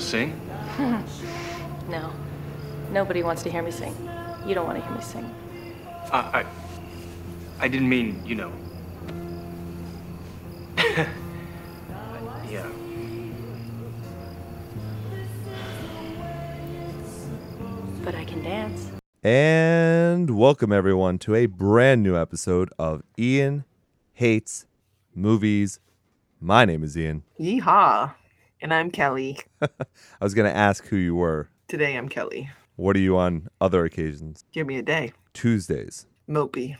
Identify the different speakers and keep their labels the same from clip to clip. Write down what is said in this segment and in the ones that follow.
Speaker 1: sing?
Speaker 2: No. Nobody wants to hear me sing. You don't want to hear me sing.
Speaker 1: I, I, I didn't mean, you know. yeah.
Speaker 2: But I can dance.
Speaker 3: And welcome everyone to a brand new episode of Ian Hates Movies. My name is Ian.
Speaker 4: Yeehaw. And I'm Kelly.
Speaker 3: I was going to ask who you were.
Speaker 4: Today I'm Kelly.
Speaker 3: What are you on other occasions?
Speaker 4: Give me a day.
Speaker 3: Tuesdays.
Speaker 4: Mopey.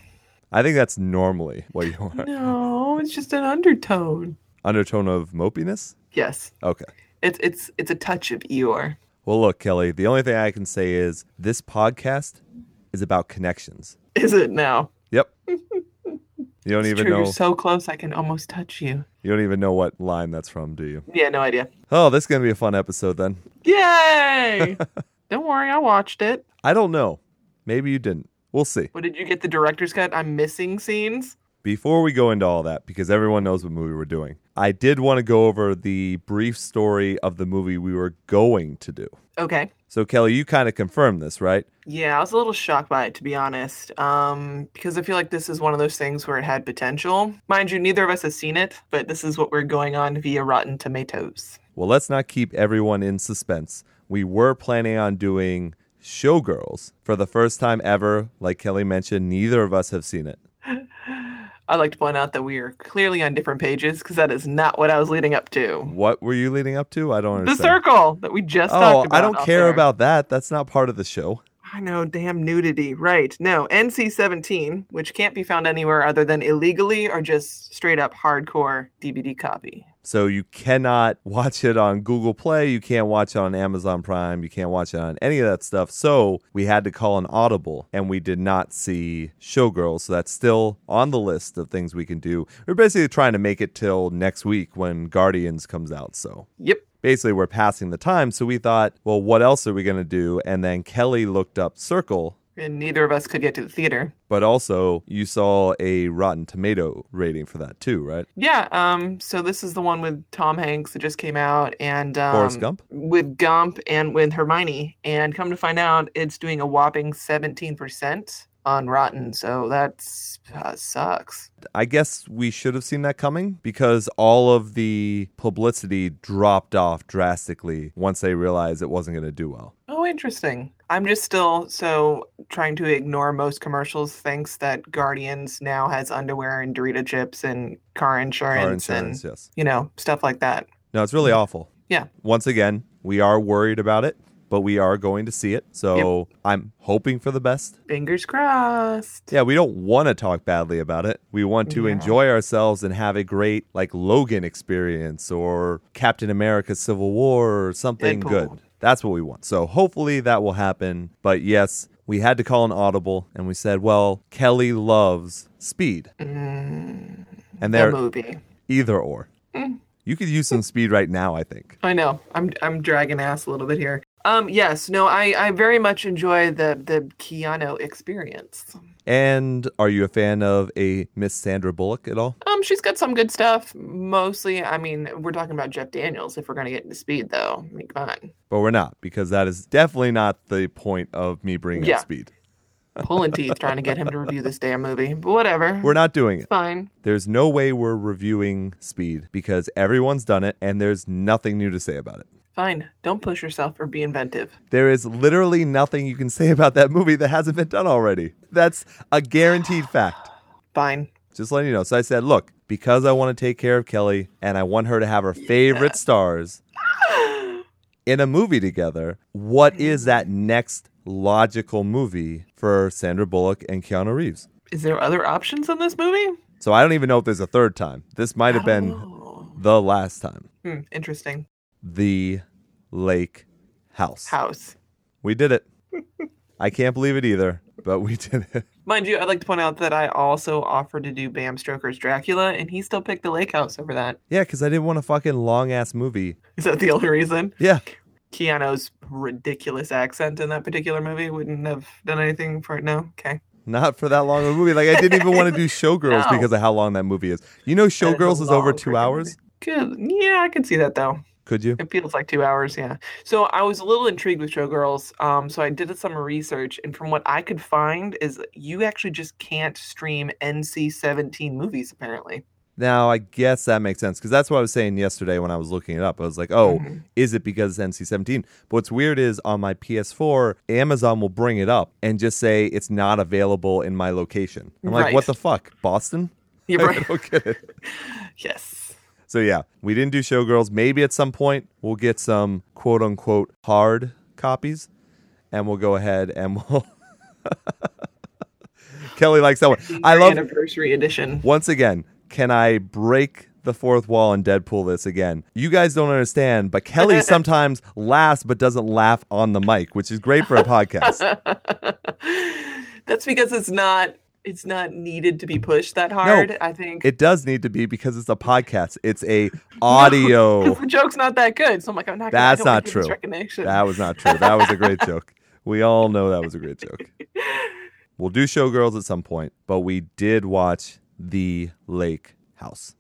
Speaker 3: I think that's normally what you are.
Speaker 4: No, it's just an undertone.
Speaker 3: Undertone of mopiness?
Speaker 4: Yes.
Speaker 3: Okay.
Speaker 4: It's it's it's a touch of Eeyore.
Speaker 3: Well, look, Kelly, the only thing I can say is this podcast is about connections.
Speaker 4: Is it now?
Speaker 3: Yep. you don't
Speaker 4: It's
Speaker 3: even
Speaker 4: true.
Speaker 3: know
Speaker 4: You're so close I can almost touch you.
Speaker 3: you don't even know what line that's from, do you?
Speaker 4: Yeah, no idea.
Speaker 3: Oh, this is going to be a fun episode then.
Speaker 4: Yay! Don't worry, I watched it.
Speaker 3: I don't know. Maybe you didn't. We'll see.
Speaker 4: What did you get the director's cut? I'm missing scenes.
Speaker 3: Before we go into all that, because everyone knows what movie we're doing, I did want to go over the brief story of the movie we were going to do.
Speaker 4: Okay.
Speaker 3: So, Kelly, you kind of confirmed this, right?
Speaker 4: Yeah, I was a little shocked by it to be honest. Um, because I feel like this is one of those things where it had potential. Mind you, neither of us has seen it, but this is what we're going on via Rotten Tomatoes.
Speaker 3: Well, let's not keep everyone in suspense. We were planning on doing Showgirls for the first time ever. Like Kelly mentioned, neither of us have seen it.
Speaker 4: I'd like to point out that we are clearly on different pages because that is not what I was leading up to.
Speaker 3: What were you leading up to? I don't
Speaker 4: The
Speaker 3: understand.
Speaker 4: circle that we just
Speaker 3: Oh,
Speaker 4: talked about.
Speaker 3: I don't
Speaker 4: off
Speaker 3: care
Speaker 4: air.
Speaker 3: about that. That's not part of the show.
Speaker 4: I know, damn nudity. Right. No, NC 17, which can't be found anywhere other than illegally or just straight up hardcore DVD copy.
Speaker 3: So you cannot watch it on Google Play. You can't watch it on Amazon Prime. You can't watch it on any of that stuff. So we had to call an audible, and we did not see Showgirls. So that's still on the list of things we can do. We're basically trying to make it till next week when Guardians comes out. So
Speaker 4: Yep.
Speaker 3: basically we're passing the time. So we thought, well, what else are we going to do? And then Kelly looked up Circle.
Speaker 4: And neither of us could get to the theater.
Speaker 3: But also, you saw a Rotten Tomato rating for that too, right?
Speaker 4: Yeah. Um. So this is the one with Tom Hanks that just came out, and um,
Speaker 3: Forrest Gump?
Speaker 4: with Gump and with Hermione. And come to find out, it's doing a whopping seventeen percent on Rotten. So that's uh, sucks.
Speaker 3: I guess we should have seen that coming because all of the publicity dropped off drastically once they realized it wasn't going to do well.
Speaker 4: Oh, interesting. I'm just still so trying to ignore most commercials. Thanks that Guardians now has underwear and Dorito chips and car insurance,
Speaker 3: Car insurance,
Speaker 4: and
Speaker 3: yes.
Speaker 4: you know stuff like that.
Speaker 3: No, it's really awful.
Speaker 4: Yeah.
Speaker 3: Once again, we are worried about it, but we are going to see it. So I'm hoping for the best.
Speaker 4: Fingers crossed.
Speaker 3: Yeah, we don't want to talk badly about it. We want to
Speaker 4: Yeah.
Speaker 3: enjoy ourselves and have a great, like, Logan experience or Captain America Civil War or something
Speaker 4: Deadpool.
Speaker 3: good. That's what we want. So hopefully that will happen. But yes, we had to call an audible and we said, well, Kelly loves speed. And
Speaker 4: The
Speaker 3: they're
Speaker 4: Mm. movie. Mm.
Speaker 3: either or. You could use some speed right now, I think.
Speaker 4: I know. I'm I'm dragging ass a little bit here. Um yes, no, I I very much enjoy the the Keanu experience.
Speaker 3: And are you a fan of a Miss Sandra Bullock at all?
Speaker 4: Um she's got some good stuff. Mostly, I mean, we're talking about Jeff Daniels if we're going to get into speed though. I mean, come on.
Speaker 3: But we're not because that is definitely not the point of me bringing
Speaker 4: Yeah.
Speaker 3: up speed.
Speaker 4: Pulling teeth trying to get him to review this damn movie. But whatever.
Speaker 3: We're not doing it.
Speaker 4: fine.
Speaker 3: There's no way we're reviewing Speed because everyone's done it and there's nothing new to say about it.
Speaker 4: Fine. Don't push yourself or be inventive.
Speaker 3: There is literally nothing you can say about that movie that hasn't been done already. That's a guaranteed fact.
Speaker 4: Fine.
Speaker 3: Just letting you know. So I said, look, because I want to take care of Kelly and I want her to have her favorite stars in a movie together, what is that next logical movie for Sandra Bullock and Keanu Reeves?
Speaker 4: Is there other options in this movie?
Speaker 3: So I don't even know if there's a third time. This might have been
Speaker 4: Oh.
Speaker 3: the last time.
Speaker 4: Hmm, interesting.
Speaker 3: the lake house.
Speaker 4: House.
Speaker 3: We did it. I can't believe it either, but we did it.
Speaker 4: Mind you, I'd like to point out that I also offered to do Bam Stoker's Dracula, and he still picked the lake house over that.
Speaker 3: Yeah, because I didn't want a fucking long ass movie.
Speaker 4: Is that the only reason?
Speaker 3: Yeah.
Speaker 4: Keanu's ridiculous accent in that particular movie wouldn't have done anything for it. No, okay.
Speaker 3: Not for that long of a movie. Like I didn't even want to do Showgirls
Speaker 4: No.
Speaker 3: because of how long that movie is. You know,
Speaker 4: That a
Speaker 3: Showgirls is over
Speaker 4: long
Speaker 3: two
Speaker 4: freaking
Speaker 3: hours.
Speaker 4: movie. Good. Yeah, I can see that though.
Speaker 3: Could you?
Speaker 4: It feels like two hours, yeah. So I was a little intrigued with Showgirls. Um, so I did some research, and from what I could find, is you actually just can't stream NC-17 movies. Apparently,
Speaker 3: Now, I guess that makes sense because that's what I was saying yesterday when I was looking it up. I was like, oh,
Speaker 4: Mhm.
Speaker 3: is it because it's NC 17? But what's weird is on my PS4, Amazon will bring it up and just say it's not available in my location. I'm like,
Speaker 4: Right.
Speaker 3: what the fuck? Boston?
Speaker 4: you're
Speaker 3: I
Speaker 4: right.
Speaker 3: don't get it.
Speaker 4: yes,
Speaker 3: So yeah, we didn't do Showgirls. Maybe at some point we'll get some quote unquote hard copies, and we'll go ahead and we'll. Kelly likes that one. I
Speaker 4: Your
Speaker 3: love.
Speaker 4: anniversary edition.
Speaker 3: Once again, can I break the fourth wall and Deadpool this again? You guys don't understand, but Kelly sometimes laughs but doesn't laugh on the mic, which is great for a podcast.
Speaker 4: That's because it's not it's not needed to be pushed that hard. I think
Speaker 3: It does need to be because it's a podcast. It's a audio.
Speaker 4: 'Cause the joke's not that good. So I'm like, I'm not. gonna- I
Speaker 3: That's
Speaker 4: don't wanna
Speaker 3: not
Speaker 4: give this
Speaker 3: true.
Speaker 4: Recognition.
Speaker 3: That was not true. That was a great joke. We all know that was a great joke. We'll do Showgirls at some point, but we did watch The Lake House.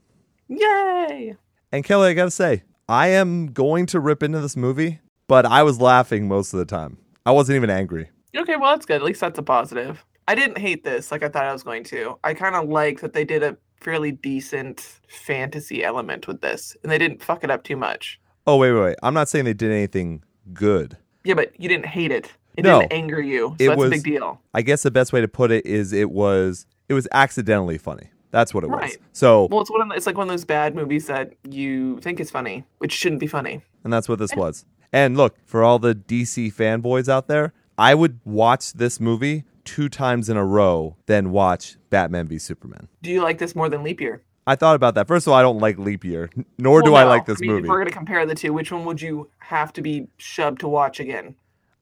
Speaker 4: Yay!
Speaker 3: And Kelly, I gotta say, I am going to rip into this movie, but I was laughing most of the time. I wasn't even angry.
Speaker 4: Okay, well that's good. At least that's a positive. I didn't hate this like I thought I was going to. I kind of like that they did a fairly decent fantasy element with this, and they didn't fuck it up too much.
Speaker 3: Oh, wait, wait, wait. I'm not saying they did anything good.
Speaker 4: Yeah, but you didn't hate it. It
Speaker 3: No.
Speaker 4: didn't anger you. So
Speaker 3: It
Speaker 4: that's
Speaker 3: was-
Speaker 4: a big deal.
Speaker 3: I guess the best way to put it is it was it was accidentally funny. That's what it was.
Speaker 4: Right.
Speaker 3: So
Speaker 4: Well, it's one. Of the, it's like one of those bad movies that you think is funny, which shouldn't be funny.
Speaker 3: And that's what this was. And look, for all the DC fanboys out there, I would watch this movie two times in a row than watch Batman v Superman.
Speaker 4: Do you like this more than Leap Year?
Speaker 3: I thought about that. First of all, I don't like Leap Year, n- nor
Speaker 4: Well,
Speaker 3: do I
Speaker 4: no.
Speaker 3: like this
Speaker 4: mean,
Speaker 3: movie.
Speaker 4: If we're gonna compare the two, which one would you have to be shoved to watch again?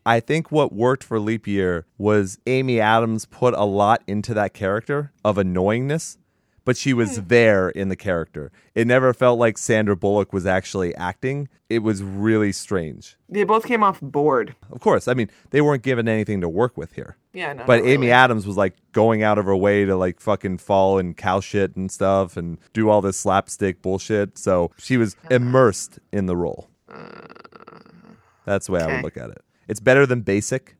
Speaker 3: I think what worked for Leap Year was Amy Adams put a lot into that character of annoyingness, but she was
Speaker 4: Hmm.
Speaker 3: there in the character. It never felt like Sandra Bullock was actually acting. It was really strange.
Speaker 4: They both came off bored.
Speaker 3: Of course, I mean, they weren't given anything to work with here.
Speaker 4: Yeah, no.
Speaker 3: But
Speaker 4: not
Speaker 3: Amy
Speaker 4: really.
Speaker 3: Adams was like going out of her way to like fucking fall and cow shit and stuff and do all this slapstick bullshit. So she was immersed in the role. That's the way I would
Speaker 4: Uh, okay.
Speaker 3: look at it. It's better than basic,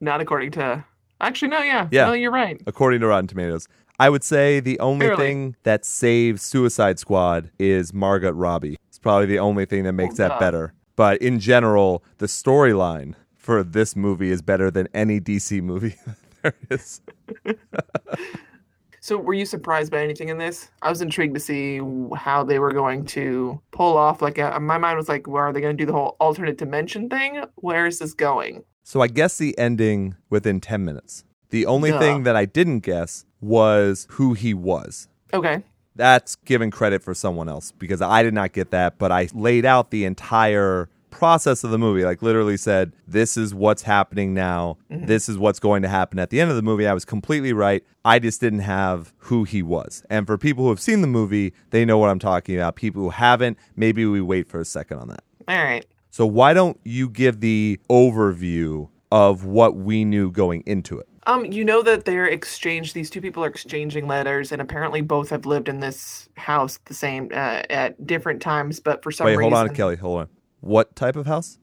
Speaker 4: not according to. Actually, no. Yeah.
Speaker 3: Yeah.
Speaker 4: No, you're right.
Speaker 3: according to Rotten Tomatoes. I would say the only
Speaker 4: Barely.
Speaker 3: thing that saves Suicide Squad is Margot Robbie. It's probably the only thing that makes
Speaker 4: Well,
Speaker 3: that
Speaker 4: duh.
Speaker 3: better. But in general, the storyline for this movie is better than any DC movie there is.
Speaker 4: So, were you surprised by anything in this? I was intrigued to see w- how they were going to pull off. Like, uh, my mind was like, well, are they going to do the whole alternate dimension thing? Where is this going?
Speaker 3: So I guess the ending within 10 minutes. The only
Speaker 4: Duh.
Speaker 3: thing that I didn't guess was who he was.
Speaker 4: Okay.
Speaker 3: That's giving credit for someone else because I did not get that, but I laid out the entire process of the movie. Like, literally said, this is what's happening now. This is what's going to happen at the end of the movie. I was completely right. I just didn't have who he was. And for people who have seen the movie, they know what I'm talking about. People who haven't, maybe we wait for a second on that.
Speaker 4: All right.
Speaker 3: So why don't you give the overview of what we knew going into it?
Speaker 4: Um, you know that they're exchanged. These two people are exchanging letters, and apparently both have lived in this house the same uh, at different times. But for some
Speaker 3: Wait,
Speaker 4: reason,
Speaker 3: hold on, Kelly. Hold on. What type of house?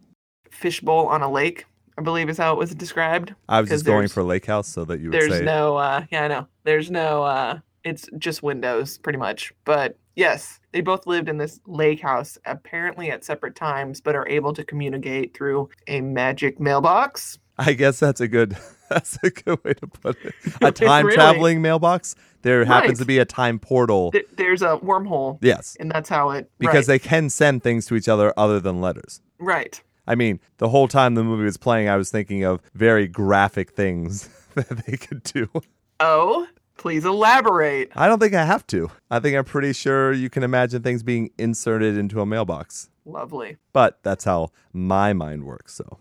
Speaker 4: fishbowl on a lake, I believe, is how it was described.
Speaker 3: I was just
Speaker 4: 'Cause
Speaker 3: going
Speaker 4: there's-
Speaker 3: for lake house so that you would
Speaker 4: there's
Speaker 3: say.
Speaker 4: no uh yeah i know there's no uh it's just windows pretty much but yes they both lived in this lake house apparently at separate times but are able to communicate through a magic mailbox
Speaker 3: I guess that's a good. That's a good way to put it. A
Speaker 4: Really?
Speaker 3: time traveling mailbox. There happens
Speaker 4: Nice.
Speaker 3: to be a time portal.
Speaker 4: Th- there's a wormhole
Speaker 3: Yes,
Speaker 4: and that's how it
Speaker 3: because
Speaker 4: right,
Speaker 3: they can send things to each other other than letters.
Speaker 4: right
Speaker 3: I mean, the whole time the movie was playing, I was thinking of very graphic things that they could do.
Speaker 4: oh please elaborate
Speaker 3: I don't think I have to. I think I'm pretty sure you can imagine things being inserted into a mailbox.
Speaker 4: lovely
Speaker 3: But that's how my mind works. So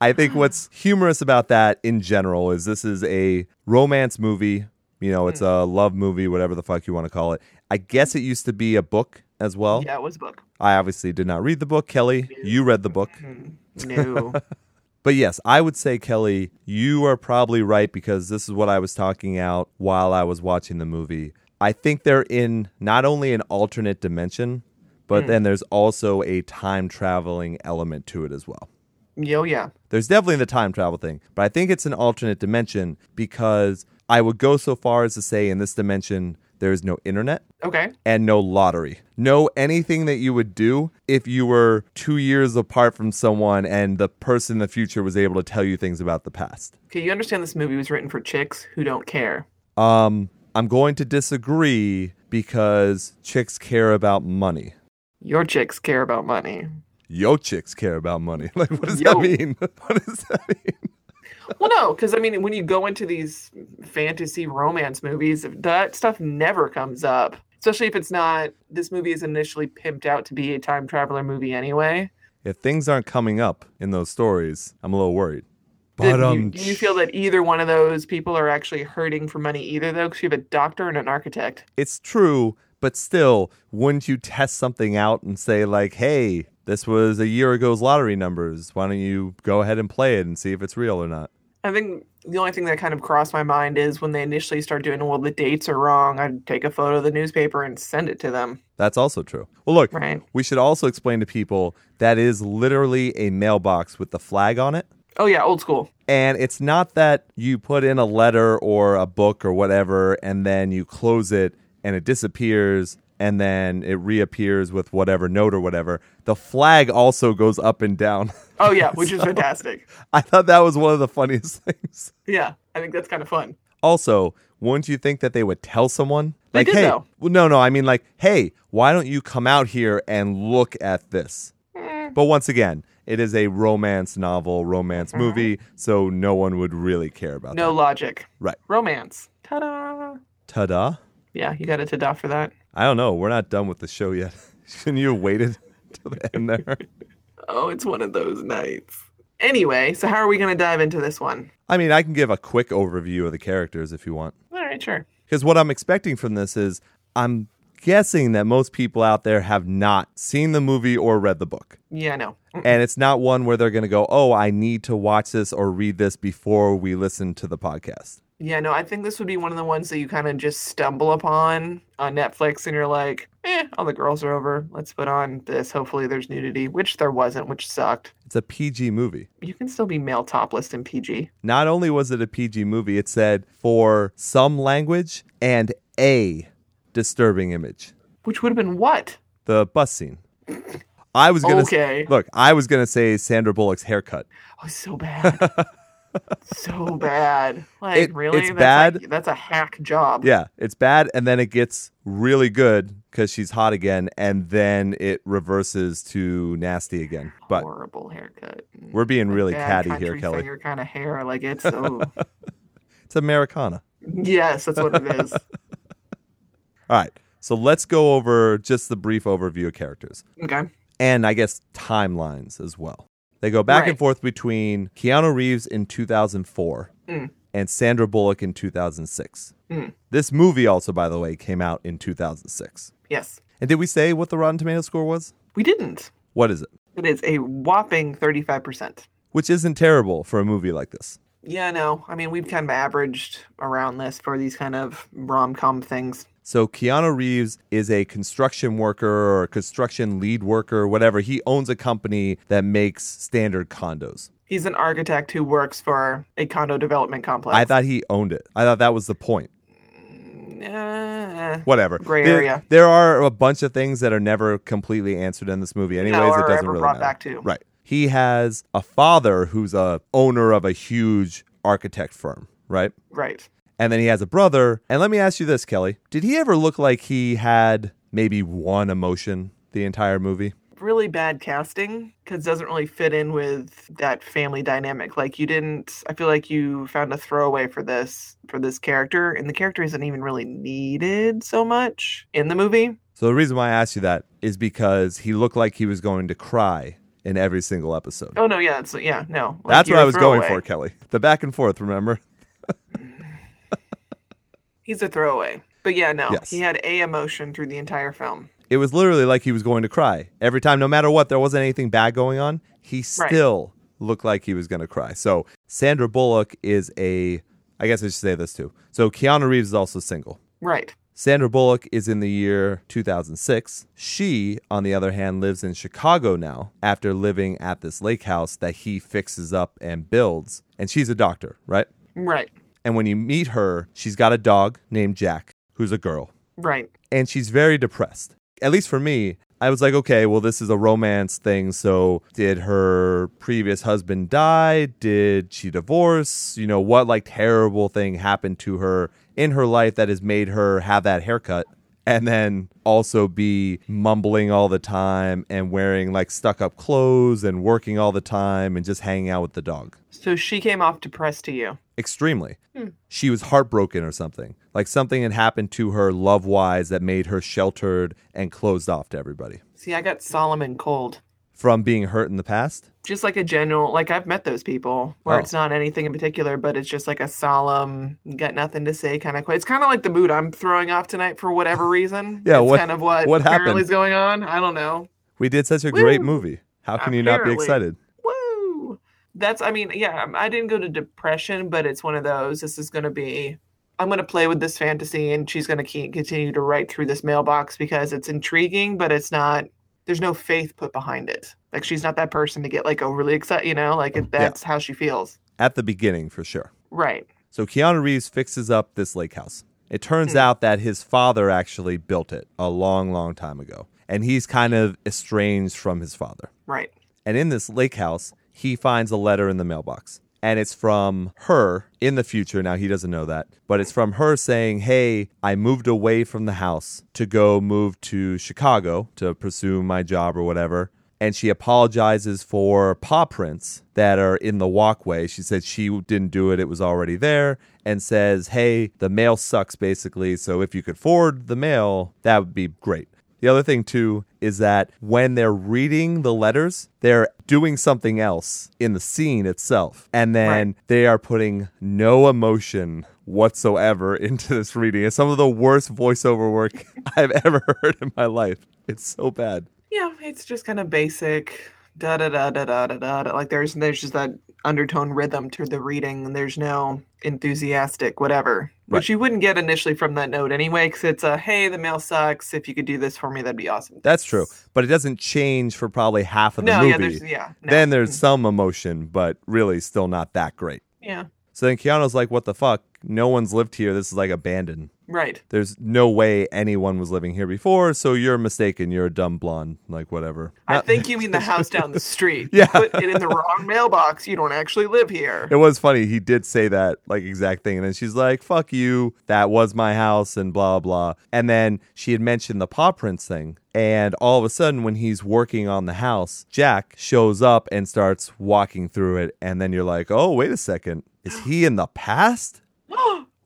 Speaker 3: I think what's humorous about that in general is this is a romance movie. You know, it's a love movie, whatever the fuck you want to call it. I guess it used to be a book as well.
Speaker 4: yeah it was a book
Speaker 3: I obviously did not read the book. Kelly, you read the book.
Speaker 4: Mm, no
Speaker 3: But yes, I would say, Kelly, you are probably right because this is what I was talking out while I was watching the movie. I think they're in not only an alternate dimension, But then there's also a time traveling element to it as well.
Speaker 4: Yo, yeah.
Speaker 3: There's definitely the time travel thing, but I think it's an alternate dimension because I would go so far as to say in this dimension, there is no internet
Speaker 4: Okay.
Speaker 3: and no lottery. No anything that you would do if you were two years apart from someone and the person in the future was able to tell you things about the past.
Speaker 4: Okay, you understand this movie was written for chicks who don't care.
Speaker 3: Um, I'm going to disagree because chicks care about money.
Speaker 4: Your chicks care about money.
Speaker 3: Yo chicks care about money. Like, what does
Speaker 4: Yo.
Speaker 3: that mean? What does that mean?
Speaker 4: Well, no, because I mean, when you go into these fantasy romance movies, that stuff never comes up. Especially if it's not, this movie is initially pimped out to be a time traveler movie anyway.
Speaker 3: If things aren't coming up in those stories, I'm a little worried.
Speaker 4: Did
Speaker 3: But um,
Speaker 4: you, do you feel that either one of those people are actually hurting for money either, though? Because you have a doctor and an architect.
Speaker 3: it's true, but still, wouldn't you test something out and say, like, hey, this was a year ago's lottery numbers. Why don't you go ahead and play it and see if it's real or not?
Speaker 4: I think the only thing that kind of crossed my mind is when they initially start doing, well, the dates are wrong. I'd take a photo of the newspaper and send it to them.
Speaker 3: That's also true. Well, look,
Speaker 4: Right.
Speaker 3: we should also explain to people that is literally a mailbox with the flag on it.
Speaker 4: Oh, yeah, old school.
Speaker 3: And it's not that you put in a letter or a book or whatever, and then you close it and it disappears and then it reappears with whatever note or whatever. The flag also goes up and down.
Speaker 4: Oh, yeah, which is fantastic.
Speaker 3: I thought that was one of the funniest things.
Speaker 4: Yeah, I think that's kind of fun.
Speaker 3: Also, wouldn't you think that they would tell someone?
Speaker 4: They
Speaker 3: like,
Speaker 4: did,
Speaker 3: hey,
Speaker 4: though.
Speaker 3: well, no, no, I mean, like, hey, why don't you come out here and look at this? But once again, it is a romance novel, romance movie, so no one would really care about
Speaker 4: No
Speaker 3: that.
Speaker 4: logic.
Speaker 3: Right.
Speaker 4: Romance. Ta da!
Speaker 3: Ta da.
Speaker 4: Yeah, you got a ta da for that.
Speaker 3: I don't know. We're not done with the show yet. Shouldn't you have waited till the end there?
Speaker 4: Oh, it's one of those nights. Anyway, so how are we going to dive into this one?
Speaker 3: I mean, I can give a quick overview of the characters if you want.
Speaker 4: All right, sure.
Speaker 3: Because what I'm expecting from this is I'm guessing that most people out there have not seen the movie or read the book.
Speaker 4: Yeah, no. Mm.
Speaker 3: And it's not one where they're going to go, oh, I need to watch this or read this before we listen to the podcast.
Speaker 4: Yeah, no, I think this would be one of the ones that you kind of just stumble upon on Netflix and you're like, eh, all the girls are over. Let's put on this. Hopefully there's nudity, which there wasn't, which sucked.
Speaker 3: It's a PG movie.
Speaker 4: You can still be male topless in PG.
Speaker 3: Not only was it a PG movie, it said for some language and a disturbing image.
Speaker 4: Which would have been what?
Speaker 3: the bus scene. I was gonna
Speaker 4: Okay.
Speaker 3: look. I was gonna say Sandra Bullock's haircut.
Speaker 4: Oh, so bad. so bad. Like,
Speaker 3: It-
Speaker 4: really?
Speaker 3: it's
Speaker 4: That's like-
Speaker 3: bad.
Speaker 4: that's a hack job.
Speaker 3: Yeah, it's bad, and then it gets really good because she's hot again, and then it reverses to nasty again. But
Speaker 4: Horrible haircut.
Speaker 3: we're being really
Speaker 4: Bad
Speaker 3: catty here,
Speaker 4: country
Speaker 3: Kelly.
Speaker 4: Singer kind of hair. Like, it's, oh,
Speaker 3: It's Americana.
Speaker 4: yes, that's what it is.
Speaker 3: All right, so let's go over just the brief overview of characters,
Speaker 4: Okay.
Speaker 3: and I guess timelines as well. They go back and
Speaker 4: Right.
Speaker 3: forth between Keanu Reeves in 2004
Speaker 4: Mm.
Speaker 3: and Sandra Bullock in 2006.
Speaker 4: Mm.
Speaker 3: This movie also, by the way, came out in 2006.
Speaker 4: Yes.
Speaker 3: And did we say what the Rotten Tomato score was?
Speaker 4: We didn't.
Speaker 3: What is it?
Speaker 4: It is a whopping 35%.
Speaker 3: Which isn't terrible for a movie like this.
Speaker 4: Yeah, no. I mean, we've kind of averaged around this for these kind of rom com things.
Speaker 3: So Keanu Reeves is a construction worker or a construction lead worker, whatever. He owns a company that makes standard condos.
Speaker 4: He's an architect who works for a condo development complex.
Speaker 3: I thought he owned it. I thought that was the point.
Speaker 4: Eh,
Speaker 3: Whatever.
Speaker 4: Gray
Speaker 3: there,
Speaker 4: area.
Speaker 3: There are a bunch of things that are never completely answered in this movie. Anyways,
Speaker 4: or
Speaker 3: it doesn't
Speaker 4: ever
Speaker 3: really
Speaker 4: brought
Speaker 3: matter.
Speaker 4: back to.
Speaker 3: Right. He has a father who's a owner of a huge architect firm, right?
Speaker 4: right.
Speaker 3: And then he has a brother. And let me ask you this, Kelly. Did he ever look like he had maybe one emotion the entire movie?
Speaker 4: Really bad casting because doesn't really fit in with that family dynamic. Like you didn't. I feel like you found a throwaway for this for this character, and the character isn't even really needed so much in the movie.
Speaker 3: So the reason why I asked you that is because he looked like he was going to cry in every single episode.
Speaker 4: Oh no, yeah, it's yeah, no. like,
Speaker 3: That's
Speaker 4: you're
Speaker 3: what
Speaker 4: a
Speaker 3: I was going
Speaker 4: throwaway.
Speaker 3: for, Kelly. The back and forth, remember?
Speaker 4: He's a throwaway. But yeah, no,
Speaker 3: Yes.
Speaker 4: he had a emotion through the entire film.
Speaker 3: It was literally like he was going to cry. Every time, no matter what, there wasn't anything bad going on. He still looked like he was going to cry. So Sandra Bullock is a, I guess I should say this too. So Keanu Reeves is also single.
Speaker 4: Right.
Speaker 3: Sandra Bullock is in the year 2006. She, on the other hand, lives in Chicago now after living at this lake house that he fixes up and builds. And she's a doctor, right?
Speaker 4: Right.
Speaker 3: And when you meet her, she's got a dog named Jack, who's a girl
Speaker 4: Right.
Speaker 3: and she's very depressed. At least for me, I was like, okay, well, this is a romance thing. So, did her previous husband die? Did she divorce? You know, what like terrible thing happened to her in her life that has made her have that haircut? And then also be mumbling all the time and wearing like stuck up clothes and working all the time and just hanging out with the dog.
Speaker 4: So she came off depressed to you.
Speaker 3: Extremely.
Speaker 4: Hmm.
Speaker 3: She was heartbroken or something. Like something had happened to her love wise that made her sheltered and closed off to everybody
Speaker 4: See, I got Solomon cold.
Speaker 3: from being hurt in the past.
Speaker 4: Just like a general, like I've met those people where
Speaker 3: Oh.
Speaker 4: it's not anything in particular, but it's just like a solemn, got nothing to say kind of. It's kind of like the mood I'm throwing off tonight for whatever reason.
Speaker 3: Yeah,
Speaker 4: It's
Speaker 3: what-
Speaker 4: kind of what,
Speaker 3: what happened?
Speaker 4: apparently is going on. I don't know.
Speaker 3: We did such a great
Speaker 4: Woo!
Speaker 3: movie. How can you not be
Speaker 4: Apparently.
Speaker 3: excited?
Speaker 4: Woo! That's, I mean, yeah, I'm- I didn't go to depression, but it's one of those. This is going to be, I'm going to play with this fantasy and she's going to keep, continue to write through this mailbox because it's intriguing, but it's not, there's no faith put behind it. Like she's not that person to get like overly excited, you know, like it, that's how she feels.
Speaker 3: At the beginning, for sure.
Speaker 4: Right.
Speaker 3: So Keanu Reeves fixes up this lake house. It turns
Speaker 4: Hmm.
Speaker 3: out that his father actually built it a long, long time ago. And he's kind of estranged from his father.
Speaker 4: Right.
Speaker 3: And in this lake house, he finds a letter in the mailbox. And it's from her in the future. Now, he doesn't know that, but it's from her saying, Hey, I moved away from the house to go move to Chicago to pursue my job or whatever. And she apologizes for paw prints that are in the walkway. She said she didn't do it, it was already there, and says, Hey, the mail sucks basically. So if you could forward the mail, that would be great. The other thing too is that when they're reading the letters, they're doing something else in the scene itself. And then they are putting no emotion whatsoever into this reading. It's some of the worst voiceover work I've ever heard in my life. It's so bad.
Speaker 4: Yeah. It's just kind of basic. Da da da da da da da. da. Like there's there's just that undertone rhythm to the reading, and there's no enthusiastic whatever,
Speaker 3: Right.
Speaker 4: which you wouldn't get initially from that note anyway, because it's a hey, the mail sucks. If you could do this for me, that'd be awesome.
Speaker 3: That's true. But it doesn't change for probably half of the
Speaker 4: no,
Speaker 3: movie.
Speaker 4: yeah, there's yeah. no.
Speaker 3: Then there's some emotion, but really still not that great.
Speaker 4: yeah,
Speaker 3: So then Keanu's like, what the fuck? No one's lived here. This is like abandoned.
Speaker 4: right,
Speaker 3: there's no way anyone was living here before, so you're mistaken. You're a dumb blonde, like whatever.
Speaker 4: I
Speaker 3: Not-
Speaker 4: think you mean the house down the street.
Speaker 3: Yeah.
Speaker 4: you put it in the wrong mailbox. You don't actually live here.
Speaker 3: it was funny. He did say that like exact thing, and then she's like, "Fuck you, that was my house," and blah blah. And then she had mentioned the paw prints thing, and all of a sudden, when he's working on the house, Jack shows up and starts walking through it, and then you're like, "Oh, wait a second, is he in the past?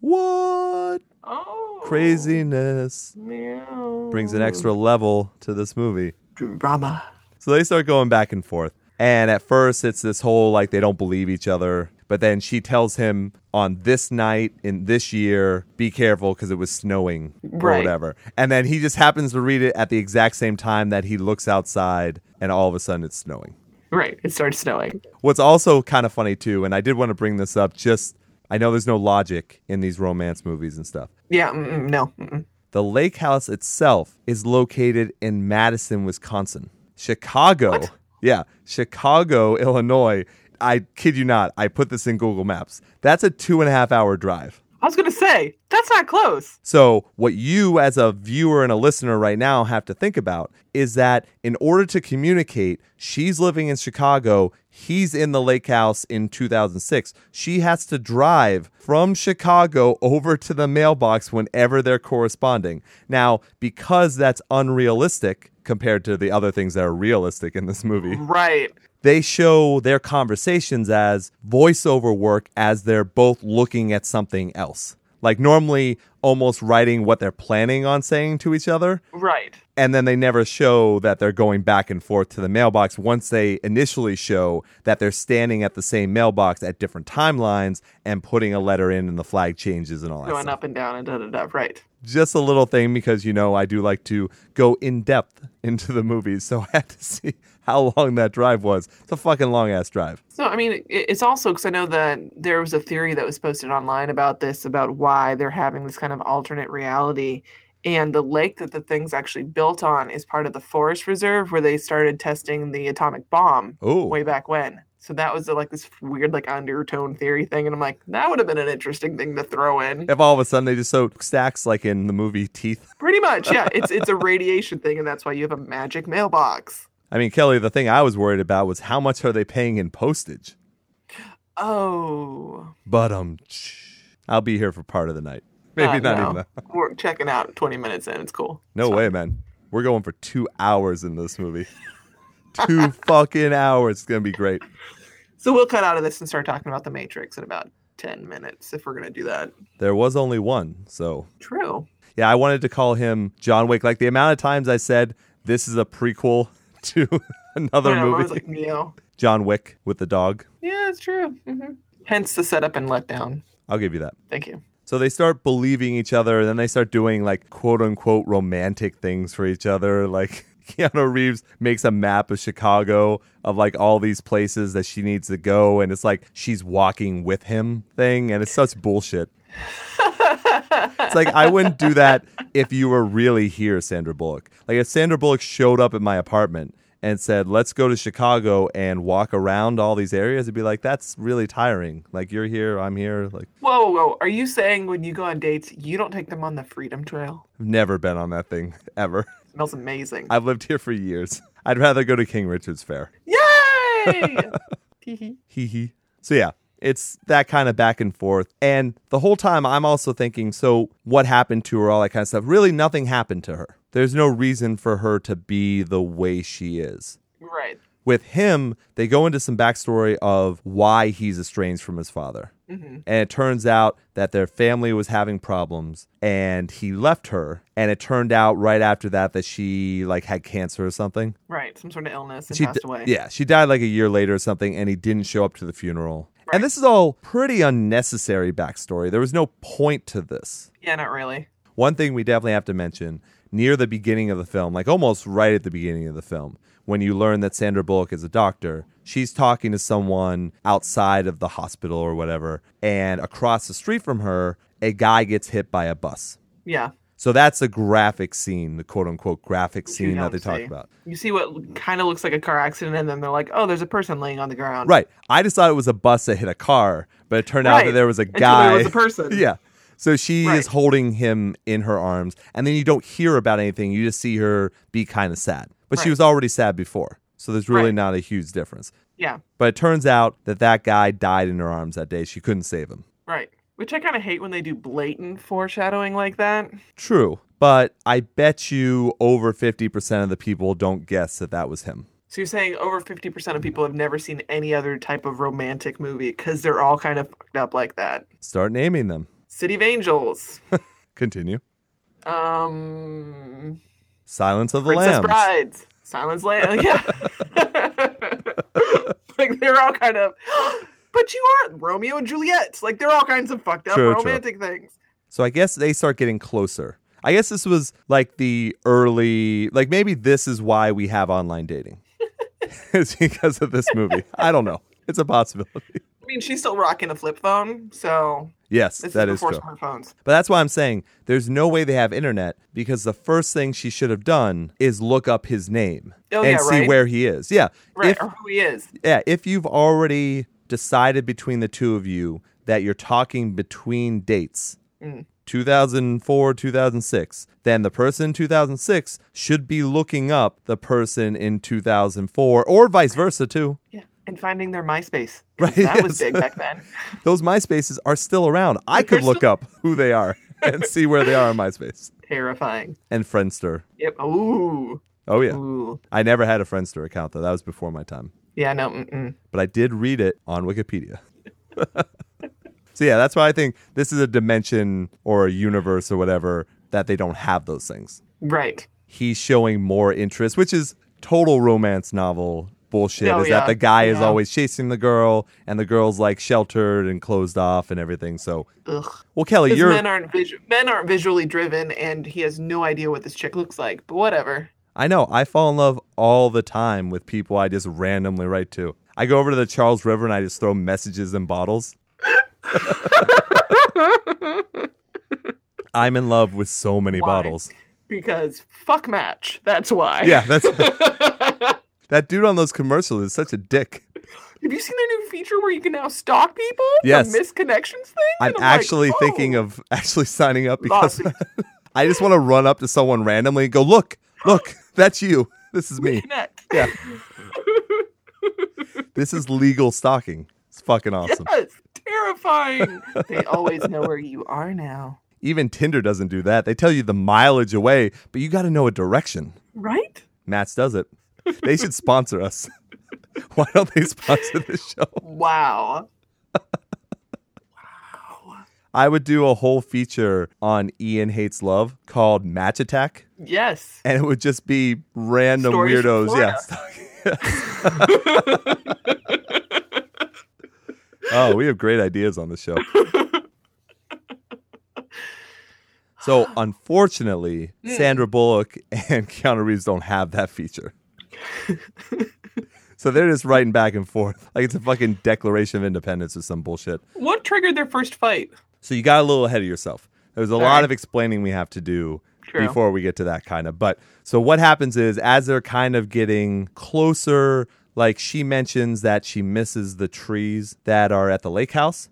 Speaker 3: What
Speaker 4: oh,
Speaker 3: craziness?"
Speaker 4: meow.
Speaker 3: Brings an extra level to this movie.
Speaker 4: drama.
Speaker 3: So they start going back and forth. And at first, it's this whole like they don't believe each other. But then she tells him on this night in this year, be careful because it was snowing or
Speaker 4: Right.
Speaker 3: whatever. And then he just happens to read it at the exact same time that he looks outside and all of a sudden it's snowing.
Speaker 4: Right, it starts snowing.
Speaker 3: What's also kind of funny too, and I did want to bring this up just I know there's no logic in these romance movies and stuff.
Speaker 4: Yeah, mm-mm, no. Mm-mm.
Speaker 3: The lake house itself is located in Madison, Wisconsin. Chicago. Yeah, Chicago, Illinois. I kid you not, I put this in Google Maps. That's a two and a half hour drive.
Speaker 4: I was gonna say that's not close.
Speaker 3: So, what you as a viewer and a listener right now have to think about is that in order to communicate, she's living in Chicago, he's in the lake house in 2006. She has to drive from Chicago over to the mailbox whenever they're corresponding. Now, because that's unrealistic compared to the other things that are realistic in this movie,
Speaker 4: Right.
Speaker 3: they show their conversations as voiceover work as they're both looking at something else. Like normally almost writing what they're planning on saying to each other.
Speaker 4: Right.
Speaker 3: And then they never show that they're going back and forth to the mailbox once they initially show that they're standing at the same mailbox at different timelines and putting a letter in and the flag changes and all that.
Speaker 4: Going
Speaker 3: stuff.
Speaker 4: up and down and da da da. Right.
Speaker 3: Just a little thing because, you know, I do like to go in depth into the movies. So I had to see how long that drive was. It's a fucking long ass drive.
Speaker 4: So, I mean, it- it's also because I know that there was a theory that was posted online about this, about why they're having this kind of alternate reality. And the lake that the thing's actually built on is part of the forest reserve where they started testing the atomic bomb way
Speaker 3: Oh,
Speaker 4: back when. So that was uh, like this weird, like undertone theory thing. And I'm like, that would have been an interesting thing to throw in.
Speaker 3: if all of a sudden they just so stacks like in the movie Teeth.
Speaker 4: Pretty much. Yeah. It's, it's a radiation thing. And that's why you have a magic mailbox.
Speaker 3: I mean, Kelly, the thing I was worried about was how much are they paying in postage?
Speaker 4: Oh.
Speaker 3: But um, I'll be here for part of the night. Maybe
Speaker 4: Uh,
Speaker 3: not
Speaker 4: no.
Speaker 3: even that.
Speaker 4: We're checking out 20 minutes in. It's cool.
Speaker 3: No way, man. We're going for two hours in this movie. two fucking hours. It's gonna be great.
Speaker 4: So we'll cut out of this and start talking about the Matrix in about 10 minutes if we're going to do that.
Speaker 3: There was only one, so
Speaker 4: True.
Speaker 3: yeah. I wanted to call him John Wick. Like the amount of times I said this is a prequel to another
Speaker 4: Yeah, I'm
Speaker 3: movie,
Speaker 4: always like, Neo.
Speaker 3: John Wick with the dog.
Speaker 4: Yeah, it's true. hmm Hence the setup and letdown.
Speaker 3: I'll give you that.
Speaker 4: Thank you.
Speaker 3: So they start believing each other, and then they start doing like quote unquote romantic things for each other. Like Keanu Reeves makes a map of Chicago of like all these places that she needs to go, and it's like she's walking with him thing, and it's such bullshit. it's like I wouldn't do that if you were really here, Sandra Bullock. Like if Sandra Bullock showed up at my apartment and said, "Let's go to Chicago and walk around all these areas," it'd be like that's really tiring. Like you're here, I'm here. Like
Speaker 4: Whoa, whoa, whoa. Are you saying when you go on dates, you don't take them on the Freedom Trail?
Speaker 3: I've never been on that thing ever.
Speaker 4: smells amazing.
Speaker 3: I've lived here for years. I'd rather go to King Richard's Fair.
Speaker 4: Yay! Hee-hee.
Speaker 3: Hee hee. So yeah, it's that kind of back and forth. And the whole time I'm also thinking, so what happened to her, all that kind of stuff. Really nothing happened to her. There's no reason for her to be the way she is.
Speaker 4: right.
Speaker 3: with him, they go into some backstory of why he's estranged from his father.
Speaker 4: Mm-hmm.
Speaker 3: And it turns out that their family was having problems and he left her. And it turned out right after that that she like had cancer or something.
Speaker 4: Right. Some sort of illness and
Speaker 3: She
Speaker 4: passed
Speaker 3: di-
Speaker 4: away.
Speaker 3: Yeah, she died like a year later or something and he didn't show up to the funeral. And this is all pretty unnecessary backstory. There was no point to this.
Speaker 4: Yeah, not really.
Speaker 3: One thing we definitely have to mention near the beginning of the film, like almost right at the beginning of the film, when you learn that Sandra Bullock is a doctor, she's talking to someone outside of the hospital or whatever, and across the street from her, a guy gets hit by a bus.
Speaker 4: Yeah.
Speaker 3: So that's a graphic scene, the quote unquote graphic
Speaker 4: you
Speaker 3: scene that
Speaker 4: don't
Speaker 3: they talk
Speaker 4: see.
Speaker 3: about.
Speaker 4: You see what kind of looks like a car accident, and then they're like, oh, there's a person laying on the ground.
Speaker 3: Right. I just thought it was a bus that hit a car, but it turned out that
Speaker 4: Right.
Speaker 3: there was a
Speaker 4: Until
Speaker 3: guy.
Speaker 4: there was a person.
Speaker 3: Yeah. So she
Speaker 4: Right.
Speaker 3: is holding him in her arms, and then you don't hear about anything. You just see her be kind of sad. But she
Speaker 4: Right.
Speaker 3: was already sad before. So there's really
Speaker 4: Right.
Speaker 3: not a huge difference.
Speaker 4: Yeah.
Speaker 3: But it turns out that that guy died in her arms that day. She couldn't save him.
Speaker 4: Right. Which I kind of hate when they do blatant foreshadowing like that.
Speaker 3: True. But I bet you over 50% of the people don't guess that that was him.
Speaker 4: So you're saying over 50% of people have never seen any other type of romantic movie because they're all kind of fucked up like that.
Speaker 3: Start naming them.
Speaker 4: City of Angels.
Speaker 3: Continue.
Speaker 4: Um,
Speaker 3: Silence of the
Speaker 4: Princess
Speaker 3: Lambs.
Speaker 4: Brides. Silence Land. Yeah. like they're all kind of, but you aren't Romeo and Juliet. Like they're all kinds of fucked up
Speaker 3: True, true.
Speaker 4: romantic things.
Speaker 3: So I guess they start getting closer. I guess this was like the early, like maybe this is why we have online dating. it's because of this movie. I don't know. It's a possibility.
Speaker 4: I mean, she's still rocking a flip phone. So
Speaker 3: Yes,
Speaker 4: this
Speaker 3: that
Speaker 4: is
Speaker 3: is
Speaker 4: before
Speaker 3: true.
Speaker 4: smartphones.
Speaker 3: But that's why I'm saying there's no way they have internet because the first thing she should have done is look up his name
Speaker 4: Oh,
Speaker 3: and
Speaker 4: yeah,
Speaker 3: see
Speaker 4: right.
Speaker 3: where he is. Yeah.
Speaker 4: Right.
Speaker 3: If-
Speaker 4: or who he is.
Speaker 3: yeah, if you've already decided between the two of you that you're talking between dates, 2004, 2006, then the person in 2006 should be looking up the person in 2004 or vice versa, too.
Speaker 4: Yeah. And finding their MySpace. 'cause
Speaker 3: Right,
Speaker 4: That was
Speaker 3: yes.
Speaker 4: big back then.
Speaker 3: Those MySpaces are still around. I could
Speaker 4: They're
Speaker 3: look
Speaker 4: still-
Speaker 3: up who they are and see where they are on MySpace
Speaker 4: Terrifying.
Speaker 3: and Friendster.
Speaker 4: Yep. Ooh.
Speaker 3: Oh, yeah.
Speaker 4: Ooh.
Speaker 3: I never had a Friendster account, though. That was before my time.
Speaker 4: Yeah, no. Mm-mm.
Speaker 3: but I did read it on Wikipedia. so yeah, that's why I think this is a dimension or a universe or whatever that they don't have those things.
Speaker 4: Right.
Speaker 3: He's showing more interest, which is total romance novel bullshit.
Speaker 4: Oh,
Speaker 3: is that
Speaker 4: yeah.
Speaker 3: the guy is
Speaker 4: Yeah.
Speaker 3: always chasing the girl, and the girl's like sheltered and closed off and everything. So,
Speaker 4: Ugh.
Speaker 3: well, Kelly,
Speaker 4: Because
Speaker 3: you're
Speaker 4: men aren't visu- men aren't visually driven, and he has no idea what this chick looks like. But whatever.
Speaker 3: I know. I fall in love all the time with people I just randomly write to. I go over to the Charles River and I just throw messages in bottles. I'm in love with so many
Speaker 4: Why?
Speaker 3: bottles.
Speaker 4: because fuck match. That's why.
Speaker 3: Yeah, that's that dude on those commercials is such a dick.
Speaker 4: Have you seen the new feature where you can now stalk people?
Speaker 3: Yes.
Speaker 4: The misconnections thing?
Speaker 3: I'm,
Speaker 4: And like,
Speaker 3: actually
Speaker 4: oh,
Speaker 3: thinking of actually signing up because
Speaker 4: lawsuit.
Speaker 3: I just want to run up to someone randomly and go, look, look, that's you. This is me.
Speaker 4: Connect.
Speaker 3: Yeah. This is legal stalking. It's fucking awesome.
Speaker 4: Yes. Terrifying. they always know where you are now.
Speaker 3: Even Tinder doesn't do that. They tell you the mileage away, but you got to know a direction.
Speaker 4: Right?
Speaker 3: Match does it. They should sponsor us. Why don't they sponsor this show?
Speaker 4: Wow.
Speaker 3: I would do a whole feature on Ian Hates Love called Match Attack,
Speaker 4: Yes.
Speaker 3: and it would just be random
Speaker 4: Stories from
Speaker 3: weirdos.
Speaker 4: Florida.
Speaker 3: Yeah. oh, we have great ideas on the show. So, unfortunately,
Speaker 4: Hmm.
Speaker 3: Sandra Bullock and Keanu Reeves don't have that feature. so they're just writing back and forth like it's a fucking Declaration of Independence or some bullshit.
Speaker 4: What triggered their first fight?
Speaker 3: So you got a little ahead of yourself. There's a lot
Speaker 4: right.
Speaker 3: of explaining we have to do
Speaker 4: True.
Speaker 3: before we get to that kind of. But so what happens is as they're kind of getting closer, like she mentions that she misses the trees that are at the lake house.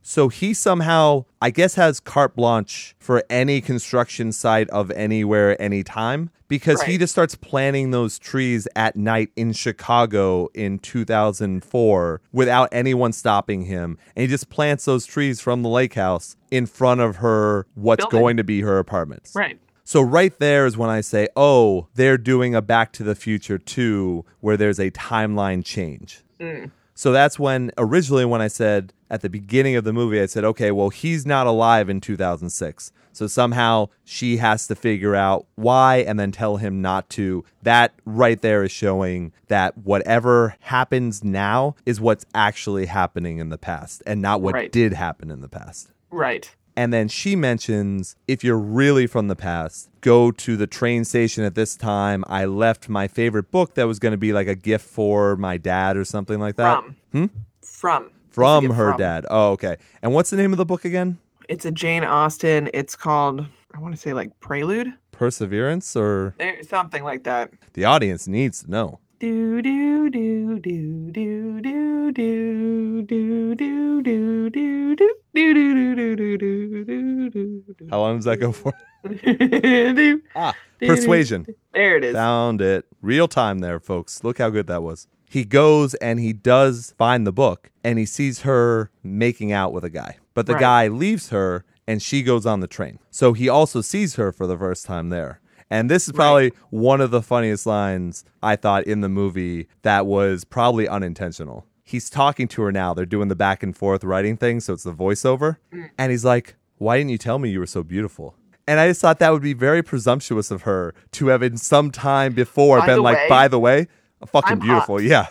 Speaker 3: So he somehow, I guess, has carte blanche for any construction site of anywhere, anytime, because he
Speaker 4: Right.
Speaker 3: just starts planting those trees at night in Chicago in 2004 without anyone stopping him. And he just plants those trees from the lake house in front of her, what's
Speaker 4: Building.
Speaker 3: going to be her apartments.
Speaker 4: Right.
Speaker 3: So right there is when I say, "Oh, they're doing a Back to the Future 2 where there's a timeline change." So that's when originally when I said at the beginning of the movie I said, "Okay, well, he's not alive in 2006." So somehow she has to figure out why and then tell him not to. That right there is showing that whatever happens now is what's actually happening in the past and not what
Speaker 4: Right.
Speaker 3: did happen in the past.
Speaker 4: Right.
Speaker 3: And then she mentions if you're really from the past, go to the train station at this time. I left my favorite book that was going to be like a gift for my dad or something like that.
Speaker 4: From. From.
Speaker 3: From
Speaker 4: It's a
Speaker 3: her
Speaker 4: from.
Speaker 3: dad. Oh, okay. And what's the name of the book again?
Speaker 4: It's a Jane Austen. It's called, I want to say like Prelude
Speaker 3: Perseverance or
Speaker 4: or something like that.
Speaker 3: the audience needs to know.
Speaker 4: Do do do do do do do do do do do do do do do do do do do do
Speaker 3: How long does that go for?
Speaker 4: do.
Speaker 3: Ah, Persuasion.
Speaker 4: There it is.
Speaker 3: Found it. Real time there, folks. Look how good that was. He goes and he does find the book and he sees her making out with a guy. But the
Speaker 4: Right.
Speaker 3: guy leaves her and she goes on the train. So he also sees her for the first time there. And this is probably one of the funniest lines I thought in the movie that was probably unintentional. He's talking to her now. They're doing the back and forth writing thing. So it's the voiceover.
Speaker 4: Mm.
Speaker 3: And he's like, Why didn't you tell me you were so beautiful? And I just thought that would be very presumptuous of her to have, in some time before,
Speaker 4: By
Speaker 3: been
Speaker 4: the
Speaker 3: like,
Speaker 4: way,
Speaker 3: By the way, I'm fucking
Speaker 4: I'm
Speaker 3: beautiful.
Speaker 4: hot.
Speaker 3: Yeah.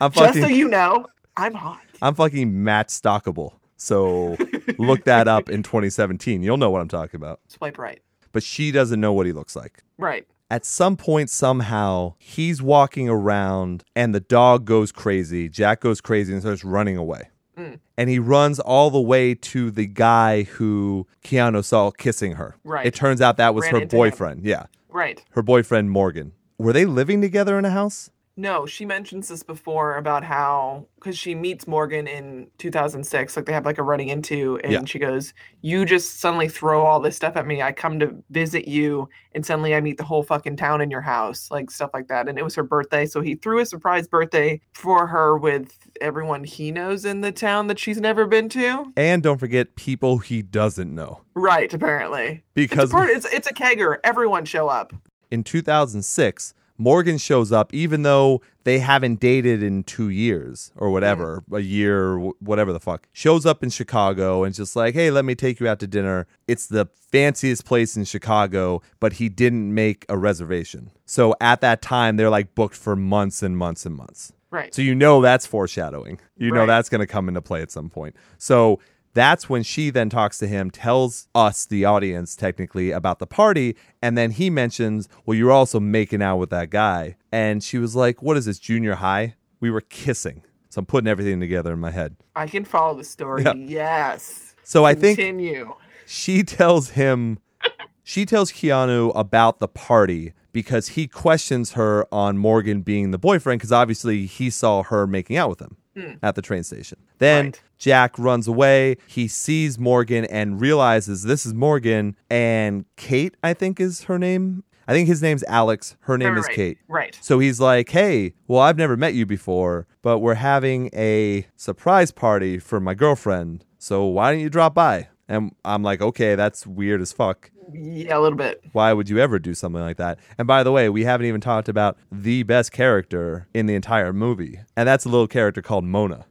Speaker 3: I'm
Speaker 4: Just
Speaker 3: fucking,
Speaker 4: so you know, I'm hot.
Speaker 3: I'm fucking match stockable. So look that up in 2017. You'll know what I'm talking about.
Speaker 4: Swipe right.
Speaker 3: But she doesn't know what he looks like.
Speaker 4: Right.
Speaker 3: at some point somehow he's walking around and the dog goes crazy jack goes crazy and starts running away
Speaker 4: Mm.
Speaker 3: and he runs all the way to the guy who keanu saw kissing her
Speaker 4: Right.
Speaker 3: it turns out that was
Speaker 4: Ran
Speaker 3: her
Speaker 4: into him.
Speaker 3: boyfriend yeah
Speaker 4: Right.
Speaker 3: her boyfriend morgan were they living together in a house
Speaker 4: No, she mentions this before about how because she meets Morgan in 2006, like they have like a running into, and
Speaker 3: Yeah.
Speaker 4: she goes, "You just suddenly throw all this stuff at me. I come to visit you, and suddenly I meet the whole fucking town in your house, like stuff like that." And it was her birthday, so he threw a surprise birthday for her with everyone he knows in the town that she's never been to.
Speaker 3: and don't forget people he doesn't know
Speaker 4: Right, apparently. It's a
Speaker 3: because
Speaker 4: part, it's it's a kegger. Everyone show up.
Speaker 3: in 2006 morgan shows up even though they haven't dated in two years or whatever a year wh- whatever the fuck shows up in chicago and just like hey let me take you out to dinner it's the fanciest place in chicago but he didn't make a reservation so at that time they're like booked for months and months and months
Speaker 4: Right.
Speaker 3: so you know that's foreshadowing. You know
Speaker 4: Right.
Speaker 3: that's going to come into play at some point. So That's when she then talks to him, tells us, the audience, technically, about the party. And then he mentions, Well, you're also making out with that guy. And she was like, What is this, junior high? We were kissing. So I'm putting everything together in my head.
Speaker 4: I can follow the story.
Speaker 3: Yeah.
Speaker 4: Yes.
Speaker 3: So I think
Speaker 4: Continue.
Speaker 3: she tells him she tells Keanu about the party because he questions her on Morgan being the boyfriend because obviously he saw her making out with him at the train station. Then
Speaker 4: Right.
Speaker 3: Jack runs away. He sees Morgan and realizes this is Morgan and Kate, I think is her name. I think his name's Alex. Her name
Speaker 4: Right,
Speaker 3: is
Speaker 4: right,
Speaker 3: Kate.
Speaker 4: Right.
Speaker 3: So he's like, hey, well, I've never met you before, but we're having a surprise party for my girlfriend. So why don't you drop by? And I'm like, okay, that's weird as fuck.
Speaker 4: Yeah, a little bit.
Speaker 3: Why would you ever do something like that? And by the way, we haven't even talked about the best character in the entire movie. And that's a little character called Mona.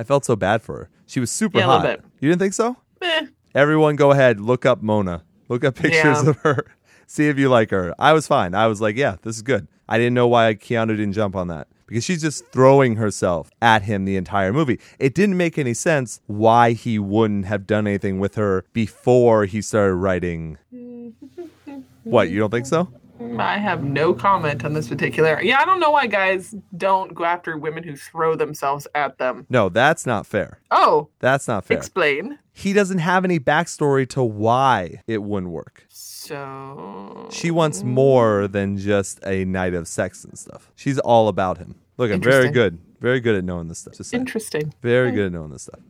Speaker 3: I felt so bad for her. She was super
Speaker 4: Yeah, a little
Speaker 3: hot.
Speaker 4: bit.
Speaker 3: You didn't think so?
Speaker 4: Meh.
Speaker 3: Everyone go ahead, look up Mona. Look up pictures
Speaker 4: Yeah.
Speaker 3: of her. See if you like her. I was fine. I was like, yeah, this is good. I didn't know why Keanu didn't jump on that because she's just throwing herself at him the entire movie. It didn't make any sense why he wouldn't have done anything with her before he started writing. What, you don't think so?
Speaker 4: I have no comment on this particular. Yeah, I don't know why guys don't go after women who throw themselves at them.
Speaker 3: No, that's not fair.
Speaker 4: Oh,
Speaker 3: That's not fair.
Speaker 4: explain.
Speaker 3: He doesn't have any backstory to why it wouldn't work.
Speaker 4: So
Speaker 3: She wants more than just a night of sex and stuff. She's all about him. Look, I'm very
Speaker 4: Interesting.
Speaker 3: good. Very good at knowing this stuff. Just saying.
Speaker 4: interesting. Hmm.
Speaker 3: Very good at knowing this stuff.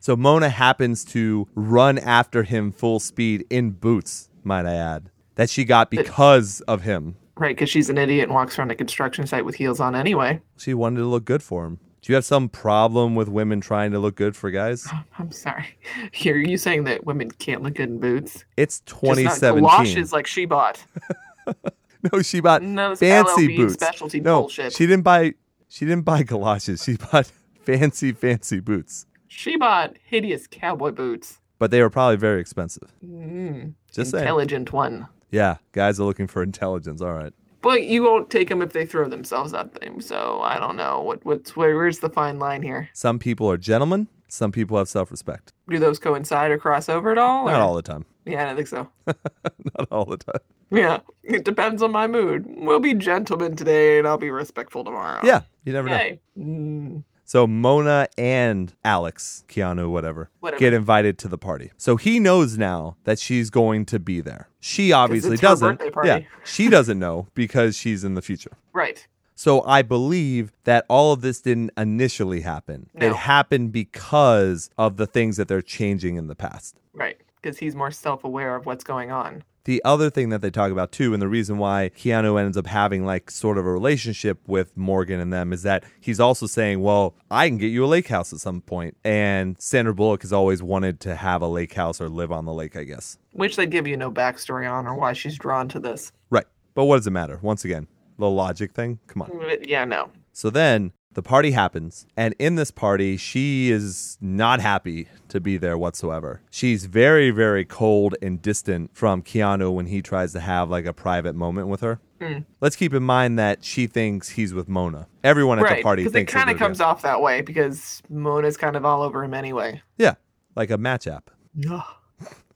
Speaker 3: So Mona happens to run after him full speed in boots, might I add, that she got because of him.
Speaker 4: Right, because she's an idiot and walks around a construction site with heels on anyway.
Speaker 3: She wanted to look good for him. Do you have some problem with women trying to look good for guys?
Speaker 4: I'm sorry. Here, are you saying that women can't look good in boots?
Speaker 3: It's
Speaker 4: Just not
Speaker 3: 2017.
Speaker 4: galoshes like she bought.
Speaker 3: No, she bought
Speaker 4: No, it's
Speaker 3: fancy
Speaker 4: LL Bean
Speaker 3: boots.
Speaker 4: specialty
Speaker 3: no,
Speaker 4: bullshit.
Speaker 3: she didn't buy. She didn't buy galoshes. She bought fancy, fancy boots.
Speaker 4: She bought hideous cowboy boots.
Speaker 3: but they were probably very expensive.
Speaker 4: Mm,
Speaker 3: Just saying.
Speaker 4: intelligent one.
Speaker 3: Yeah, guys are looking for intelligence. All right.
Speaker 4: But you won't take them if they throw themselves at them. So I don't know what what's where, where's the fine line here.
Speaker 3: Some people are gentlemen. Some people have self-respect.
Speaker 4: Do those coincide or cross over at all?
Speaker 3: Not
Speaker 4: or-
Speaker 3: all the time.
Speaker 4: Yeah, I don't think so.
Speaker 3: Not all the time.
Speaker 4: Yeah, it depends on my mood. We'll be gentlemen today, and I'll be respectful tomorrow.
Speaker 3: Yeah, you never know.
Speaker 4: Oh, Okay. Mm,
Speaker 3: So Mona and Alex, Keanu, whatever,
Speaker 4: Whatever.
Speaker 3: get invited to the party. So he knows now that she's going to be there. She obviously
Speaker 4: it's her
Speaker 3: doesn't.
Speaker 4: birthday party.
Speaker 3: Yeah, she doesn't know because she's in the future.
Speaker 4: right.
Speaker 3: So I believe that all of this didn't initially happen.
Speaker 4: No.
Speaker 3: It happened because of the things that they're changing in the past.
Speaker 4: Right. Because he's more self aware of what's going on.
Speaker 3: The other thing that they talk about too, and the reason why Keanu ends up having like sort of a relationship with Morgan and them is that he's also saying, Well, I can get you a lake house at some point. And Sandra Bullock has always wanted to have a lake house or live on the lake, I guess.
Speaker 4: Which they give you no backstory on or why she's drawn to this.
Speaker 3: Right. But what does it matter? Once again, the logic thing. Come on.
Speaker 4: But yeah, no.
Speaker 3: So then the party happens, and in this party, she is not happy to be there whatsoever. She's very, very cold and distant from Keanu when he tries to have like a private moment with her.
Speaker 4: Hmm.
Speaker 3: Let's keep in mind that she thinks he's with Mona. Everyone at the
Speaker 4: Right.
Speaker 3: party
Speaker 4: Because it
Speaker 3: thinks
Speaker 4: kind of comes
Speaker 3: up.
Speaker 4: off that way because Mona's kind of all over him anyway.
Speaker 3: Yeah, like a match app.
Speaker 4: Yeah.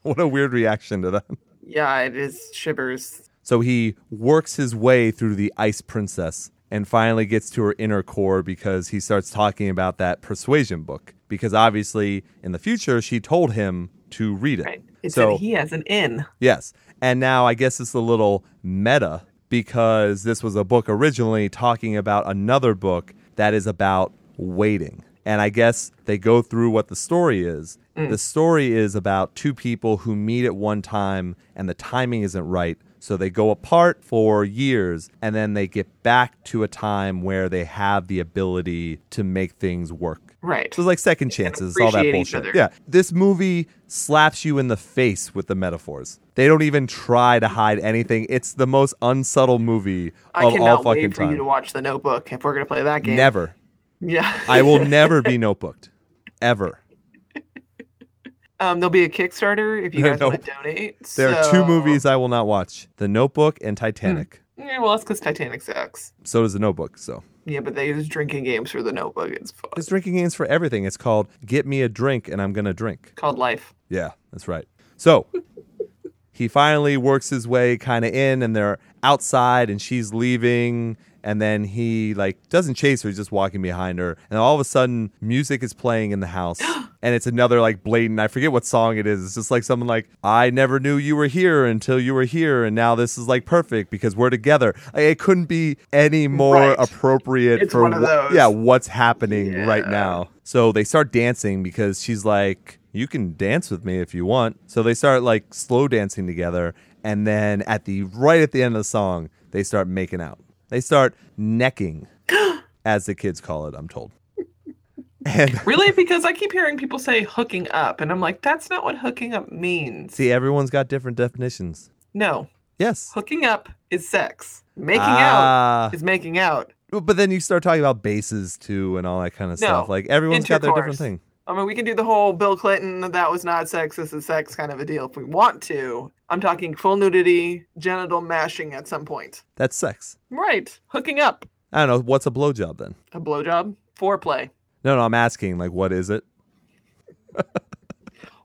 Speaker 3: What a weird reaction to that.
Speaker 4: Yeah, it is shivers.
Speaker 3: So he works his way through the ice princess and finally gets to her inner core because he starts talking about that persuasion book. Because obviously, in the future, she told him to read it.
Speaker 4: Right. It's
Speaker 3: so,
Speaker 4: so, he has an in.
Speaker 3: yes. And now I guess it's a little meta because this was a book originally talking about another book that is about waiting. And I guess they go through what the story is. The story is about two people who meet at one time and the timing isn't right. So they go apart for years and then they get back to a time where they have the ability to make things work.
Speaker 4: Right.
Speaker 3: So it's like second chances, all that
Speaker 4: appreciate each
Speaker 3: bullshit.
Speaker 4: other.
Speaker 3: Yeah. This movie slaps you in the face with the metaphors. They don't even try to hide anything. It's the most unsubtle movie of
Speaker 4: I
Speaker 3: all
Speaker 4: cannot
Speaker 3: fucking
Speaker 4: wait for you to
Speaker 3: time.
Speaker 4: watch The Notebook if we're going to play that game.
Speaker 3: Never.
Speaker 4: Yeah.
Speaker 3: I will never be notebooked. Ever.
Speaker 4: um, there'll be a Kickstarter if you guys
Speaker 3: Nope.
Speaker 4: want to donate.
Speaker 3: There are two
Speaker 4: so-
Speaker 3: movies I will not watch The Notebook and Titanic.
Speaker 4: Yeah, well, that's because Titanic sucks.
Speaker 3: So does The Notebook. So
Speaker 4: Yeah, but they use drinking games for the notebook. It's fu-
Speaker 3: There's drinking games for everything. It's called Get Me a Drink and I'm Gonna Drink.
Speaker 4: called life.
Speaker 3: Yeah, that's right. So he finally works his way kind of in, and they're outside, and she's leaving. And then he like doesn't chase her; he's just walking behind her. And all of a sudden, music is playing in the house, and it's another like blatant. I forget what song it is. It's just like someone like I never knew you were here until you were here, and now this is like perfect because we're together. Like, it couldn't be any more
Speaker 4: Right.
Speaker 3: appropriate
Speaker 4: It's
Speaker 3: for
Speaker 4: one of
Speaker 3: what-
Speaker 4: those.
Speaker 3: yeah what's happening right
Speaker 4: Yeah.
Speaker 3: now. So they start dancing because she's like, You can dance with me if you want. So they start like slow dancing together. And then at the right at the end of the song, they start making out. They start necking, as the kids call it, I'm told. And
Speaker 4: Really? Because I keep hearing people say hooking up, and I'm like, that's not what hooking up means.
Speaker 3: see, everyone's got different definitions.
Speaker 4: No,
Speaker 3: Yes.
Speaker 4: hooking up is sex. Making
Speaker 3: Ah.
Speaker 4: out is making out.
Speaker 3: But then you start talking about bases too and all that kind of
Speaker 4: No.
Speaker 3: stuff. Like everyone's got their different
Speaker 4: Intercourse.
Speaker 3: thing.
Speaker 4: I mean, we can do the whole Bill Clinton, that was not sex, this is sex kind of a deal if we want to. I'm talking full nudity, genital mashing at some point.
Speaker 3: That's sex.
Speaker 4: Right. Hooking up.
Speaker 3: I don't know. What's a blowjob then?
Speaker 4: A blowjob. Foreplay.
Speaker 3: No, no, I'm asking, like, what is it?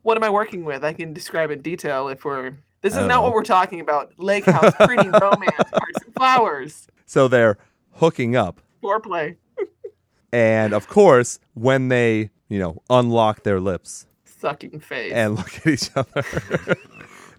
Speaker 4: What am I working with? I can describe in detail if we're. This is
Speaker 3: I don't
Speaker 4: not
Speaker 3: know.
Speaker 4: what we're talking about. Lake house, pretty romance, hearts and flowers,
Speaker 3: So they're hooking up.
Speaker 4: foreplay,
Speaker 3: And of course, when they, you know, unlock their lips
Speaker 4: sucking face.
Speaker 3: and look at each other,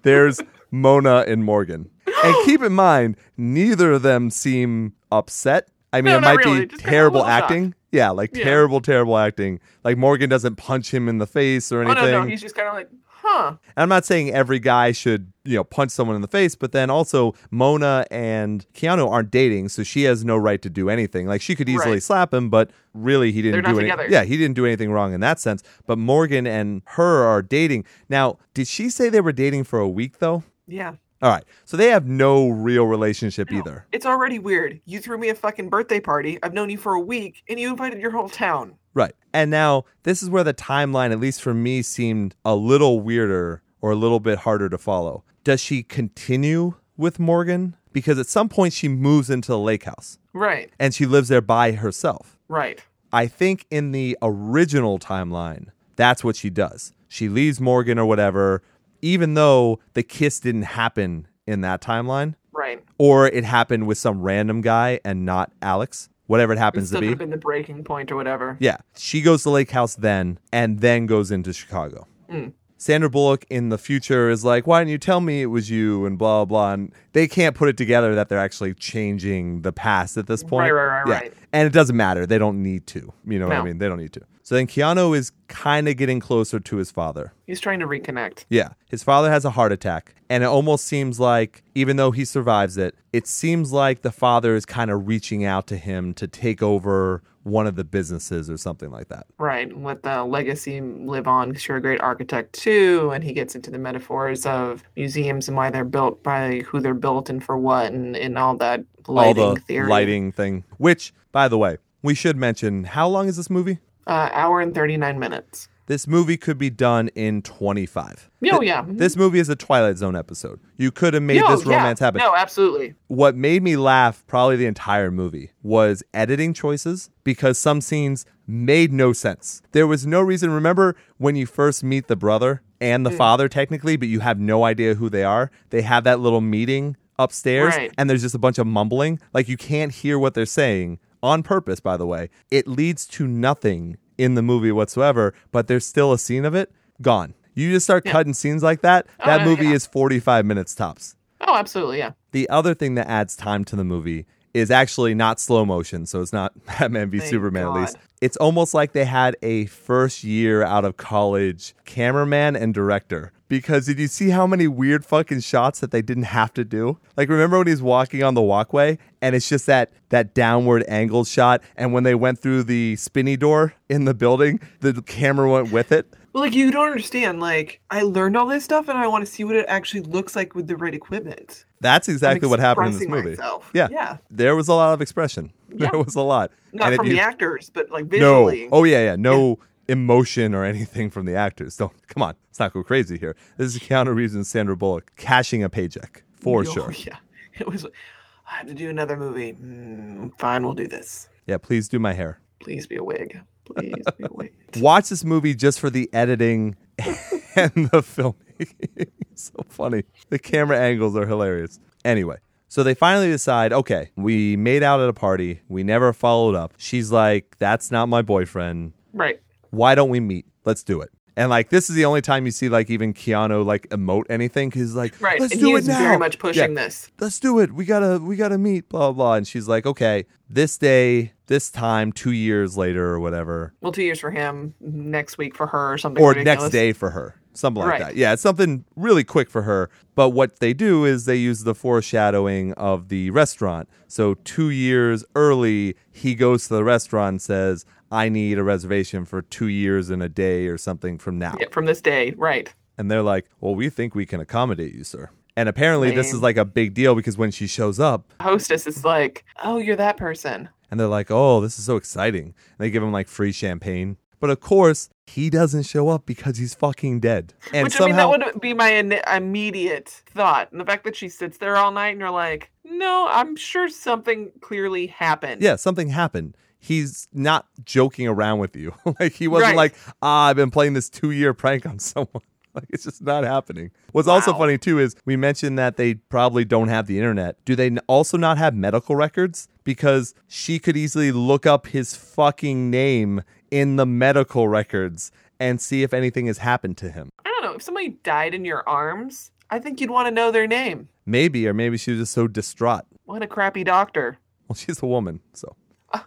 Speaker 3: there's Mona and Morgan. And keep in mind, neither of them seem upset. I mean,
Speaker 4: No,
Speaker 3: it
Speaker 4: not
Speaker 3: might
Speaker 4: really.
Speaker 3: be
Speaker 4: Just kinda a
Speaker 3: terrible
Speaker 4: little shocked.
Speaker 3: acting. Yeah, like
Speaker 4: Yeah.
Speaker 3: terrible, terrible acting. Like Morgan doesn't punch him in the face or
Speaker 4: oh,
Speaker 3: anything.
Speaker 4: no, no. He's just kind of like, huh.
Speaker 3: I'm not saying every guy should, you know, punch someone in the face, but then also Mona and Keanu aren't dating, so she has no right to do anything. Like she could easily
Speaker 4: Right.
Speaker 3: slap him, but really he didn't
Speaker 4: They're
Speaker 3: do
Speaker 4: not
Speaker 3: anything.
Speaker 4: together.
Speaker 3: Yeah, he didn't do anything wrong in that sense. But Morgan and her are dating. Now, did she say they were dating for a week though?
Speaker 4: Yeah.
Speaker 3: All right. So they have no real relationship either.
Speaker 4: It's already weird. You threw me a fucking birthday party. I've known you for a week, and you invited your whole town.
Speaker 3: Right. And now this is where the timeline, at least for me, seemed a little weirder or a little bit harder to follow. Does she continue with Morgan? Because at some point she moves into the lake house
Speaker 4: Right.
Speaker 3: and she lives there by herself.
Speaker 4: Right.
Speaker 3: I think in the original timeline, that's what she does. She leaves Morgan or whatever, even though the kiss didn't happen in that timeline,
Speaker 4: Right.
Speaker 3: or it happened with some random guy and not Alex, whatever it happens
Speaker 4: Still
Speaker 3: to
Speaker 4: could
Speaker 3: be.
Speaker 4: have been the breaking point or whatever.
Speaker 3: Yeah. She goes to Lake House then and then goes into Chicago.
Speaker 4: Mm.
Speaker 3: Sandra Bullock in the future is like, why didn't you tell me it was you and blah, blah. And they can't put it together that they're actually changing the past at this point.
Speaker 4: Right, right, right,
Speaker 3: yeah.
Speaker 4: right.
Speaker 3: And it doesn't matter. They don't need to. You know what I
Speaker 4: No.
Speaker 3: mean? They don't need to. So then Keanu is kind of getting closer to his father.
Speaker 4: He's trying to reconnect.
Speaker 3: Yeah. His father has a heart attack, and it almost seems like, even though he survives it, it seems like the father is kind of reaching out to him to take over one of the businesses or something like that.
Speaker 4: Right. and Let the legacy live on because you're a great architect too. And he gets into the metaphors of museums and why they're built by who they're built and for what and, and all that lighting
Speaker 3: all the
Speaker 4: theory.
Speaker 3: lighting thing. Which, by the way, we should mention how long is this movie?
Speaker 4: Uh, hour and 39 minutes.
Speaker 3: This movie could be done in 25.
Speaker 4: Oh, yeah. mhm.
Speaker 3: This movie is a Twilight Zone episode. You could have made
Speaker 4: No,
Speaker 3: this
Speaker 4: yeah.
Speaker 3: romance happen.
Speaker 4: No, absolutely.
Speaker 3: What made me laugh probably the entire movie was editing choices because some scenes made no sense. There was no reason. Remember when you first meet the brother and the
Speaker 4: Mm.
Speaker 3: father, technically, but you have no idea who they are? They have that little meeting upstairs
Speaker 4: Right.
Speaker 3: and there's just a bunch of mumbling. Like you can't hear what they're saying on purpose, by the way. It leads to nothing in the movie whatsoever, but there's still a scene of it gone. You just start cutting scenes like that. that
Speaker 4: no,
Speaker 3: movie
Speaker 4: Oh, yeah.
Speaker 3: is 45 minutes tops.
Speaker 4: Oh, absolutely. Yeah.
Speaker 3: The other thing that adds time to the movie is actually not slow motion, so it's not Batman v
Speaker 4: Thank
Speaker 3: Superman at
Speaker 4: God.
Speaker 3: least. It's almost like they had a first year out of college cameraman and director. Because did you see how many weird fucking shots that they didn't have to do? Like remember when he's walking on the walkway and it's just that that downward angle shot and when they went through the spinny door in the building, the camera went with it.
Speaker 4: Well, like you don't understand. Like I learned all this stuff, and I want to see what it actually looks like with the right equipment.
Speaker 3: That's exactly what happened in this
Speaker 4: expressing
Speaker 3: movie.
Speaker 4: myself.
Speaker 3: Yeah.
Speaker 4: Yeah.
Speaker 3: There was a lot of expression. There
Speaker 4: Yeah.
Speaker 3: was a lot.
Speaker 4: Not
Speaker 3: And if
Speaker 4: from
Speaker 3: you-
Speaker 4: the actors, but like
Speaker 3: No.
Speaker 4: visually.
Speaker 3: Oh yeah, yeah. No emotion or anything from the actors. Don't come on. Let's not go crazy here. This is Keanu Reeves and Sandra Bullock cashing a paycheck for
Speaker 4: Oh,
Speaker 3: sure.
Speaker 4: Yeah. It was. I have to do another movie. Mm, fine, we'll do this.
Speaker 3: Yeah, please do my hair.
Speaker 4: Please be a wig. Please be a wig.
Speaker 3: Watch this movie just for the editing and the filming. so funny. The camera angles are hilarious. Anyway, so they finally decide, okay, we made out at a party. We never followed up. She's like, that's not my boyfriend.
Speaker 4: Right.
Speaker 3: Why don't we meet? Let's do it. And like this is the only time you see like even Keanu like emote anything. He's like,
Speaker 4: Right.
Speaker 3: let's
Speaker 4: and
Speaker 3: do
Speaker 4: he
Speaker 3: it
Speaker 4: is
Speaker 3: now.
Speaker 4: very much
Speaker 3: Yeah
Speaker 4: pushing this.
Speaker 3: let's do it. We gotta we gotta meet, blah blah. blah. And she's like, okay, this day, this time, two years later or whatever,
Speaker 4: Well, two years for him, next week for her, or something.
Speaker 3: or
Speaker 4: ridiculous.
Speaker 3: next day for her, something like
Speaker 4: Right.
Speaker 3: that. Yeah, it's something really quick for her. But what they do is they use the foreshadowing of the restaurant. So two years early, he goes to the restaurant and says, I need a reservation for two years and a day or something from now.
Speaker 4: Yeah, from this day, right?
Speaker 3: And they're like, well, we think we can accommodate you, sir. And apparently, this
Speaker 4: Lame.
Speaker 3: is like a big deal because when she shows up,
Speaker 4: Hostess is like, "Oh, you're that person."
Speaker 3: And they're like, oh, this is so exciting. And they give him like free champagne. But of course, he doesn't show up because he's fucking dead. And
Speaker 4: Which
Speaker 3: somehow,
Speaker 4: I mean, that would be my in- immediate thought. And the fact that she sits there all night and you're like, "No, I'm sure something clearly happened."
Speaker 3: yeah, something happened. He's not joking around with you. like, he wasn't
Speaker 4: Right.
Speaker 3: like, ah, I've been playing this two year prank on someone. Like, it's just not happening. What's also
Speaker 4: Wow.
Speaker 3: funny, too, is we mentioned that they probably don't have the internet. Do they n- also not have medical records? Because she could easily look up his fucking name in the medical records and see if anything has happened to him.
Speaker 4: I don't know. If somebody died in your arms, I think you'd want to know their name.
Speaker 3: Maybe, or maybe she was just so distraught.
Speaker 4: What a crappy doctor.
Speaker 3: Well, she's a woman, so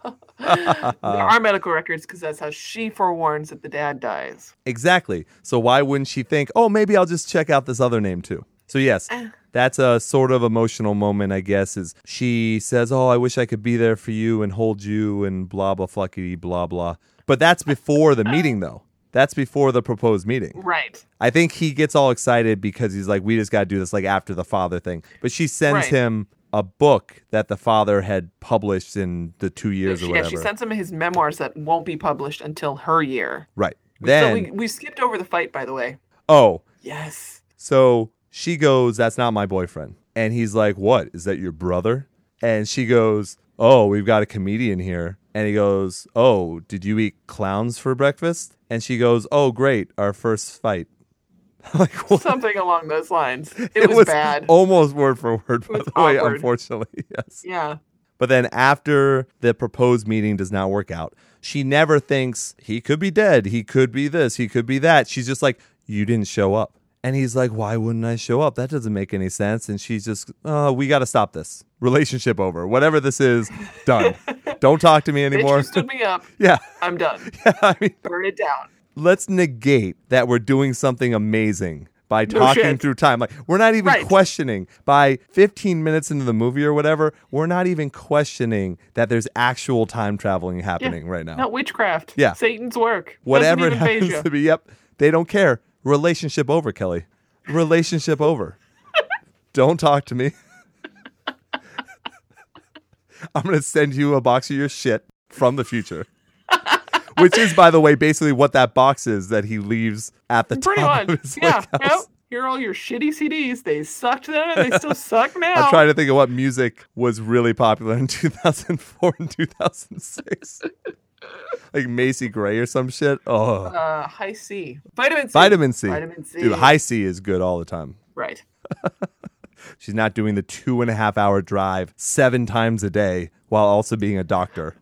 Speaker 4: there
Speaker 3: Uh-huh.
Speaker 4: are medical records because that's how she forewarns that the dad dies.
Speaker 3: exactly. So why wouldn't she think, oh, maybe I'll just check out this other name too? So yes,
Speaker 4: Ah.
Speaker 3: that's a sort of emotional moment, I guess. Is she says, "Oh, I wish I could be there for you and hold you and blah blah fluckety blah blah." But that's before the meeting, though. That's before the proposed meeting.
Speaker 4: Right.
Speaker 3: I think he gets all excited because he's like, "We just got to do this like after the father thing." But she sends
Speaker 4: Right.
Speaker 3: him a book that the father had published in the two years or
Speaker 4: She, yeah,
Speaker 3: whatever.
Speaker 4: she sends him his memoirs that won't be published until her year.
Speaker 3: right.
Speaker 4: So
Speaker 3: Then
Speaker 4: we, we skipped over the fight, by the way.
Speaker 3: oh,
Speaker 4: Yes.
Speaker 3: so she goes, That's not my boyfriend. And he's like, What? Is that your brother? And she goes, Oh, we've got a comedian here. And he goes, Oh, did you eat clowns for breakfast? And she goes, Oh, great, our first fight. like, what?
Speaker 4: Something along those lines. It, was, bad.
Speaker 3: almost word for word, by
Speaker 4: was
Speaker 3: the way,
Speaker 4: awkward.
Speaker 3: unfortunately. Yes.
Speaker 4: Yeah.
Speaker 3: But then after the proposed meeting does not work out, she never thinks he could be dead, he could be this, he could be that. She's just like, you didn't show up. And he's like, why wouldn't I show up? That doesn't make any sense. And she's just, oh, we got to stop this. Relationship over. Whatever this is, done. Don't talk to me
Speaker 4: Bitch,
Speaker 3: anymore.
Speaker 4: you stood me up.
Speaker 3: yeah.
Speaker 4: I'm done.
Speaker 3: I mean,
Speaker 4: Burn it down.
Speaker 3: let's negate that we're doing something amazing by
Speaker 4: No
Speaker 3: talking
Speaker 4: shit.
Speaker 3: through time. Like we're not even
Speaker 4: Right.
Speaker 3: questioning by 15 minutes into the movie or whatever, we're not even questioning that there's actual time traveling happening right now.
Speaker 4: Not witchcraft.
Speaker 3: Oh. Yeah.
Speaker 4: Satan's work.
Speaker 3: whatever it
Speaker 4: Doesn't even
Speaker 3: happens
Speaker 4: faze
Speaker 3: to be, yep, they don't care. Relationship over, Kelly. Relationship over. Don't talk to me. I'm going to send you a box of your shit from the future. Which is, by the way, basically what that box is that he leaves at the
Speaker 4: ya. Pretty
Speaker 3: top.
Speaker 4: much.
Speaker 3: of his, like,
Speaker 4: Yeah.
Speaker 3: house.
Speaker 4: Yep. Here are all your shitty CDs. They sucked then and they still suck now.
Speaker 3: I'm trying to think of what music was really popular in 2004 and 2006. like Macy Gray or some shit. Oh,
Speaker 4: Uh, high C. Vitamin C.
Speaker 3: vitamin C.
Speaker 4: Vitamin C.
Speaker 3: Dude, high C is good all the time.
Speaker 4: Right.
Speaker 3: She's not doing the two and a half hour drive seven times a day while also being a doctor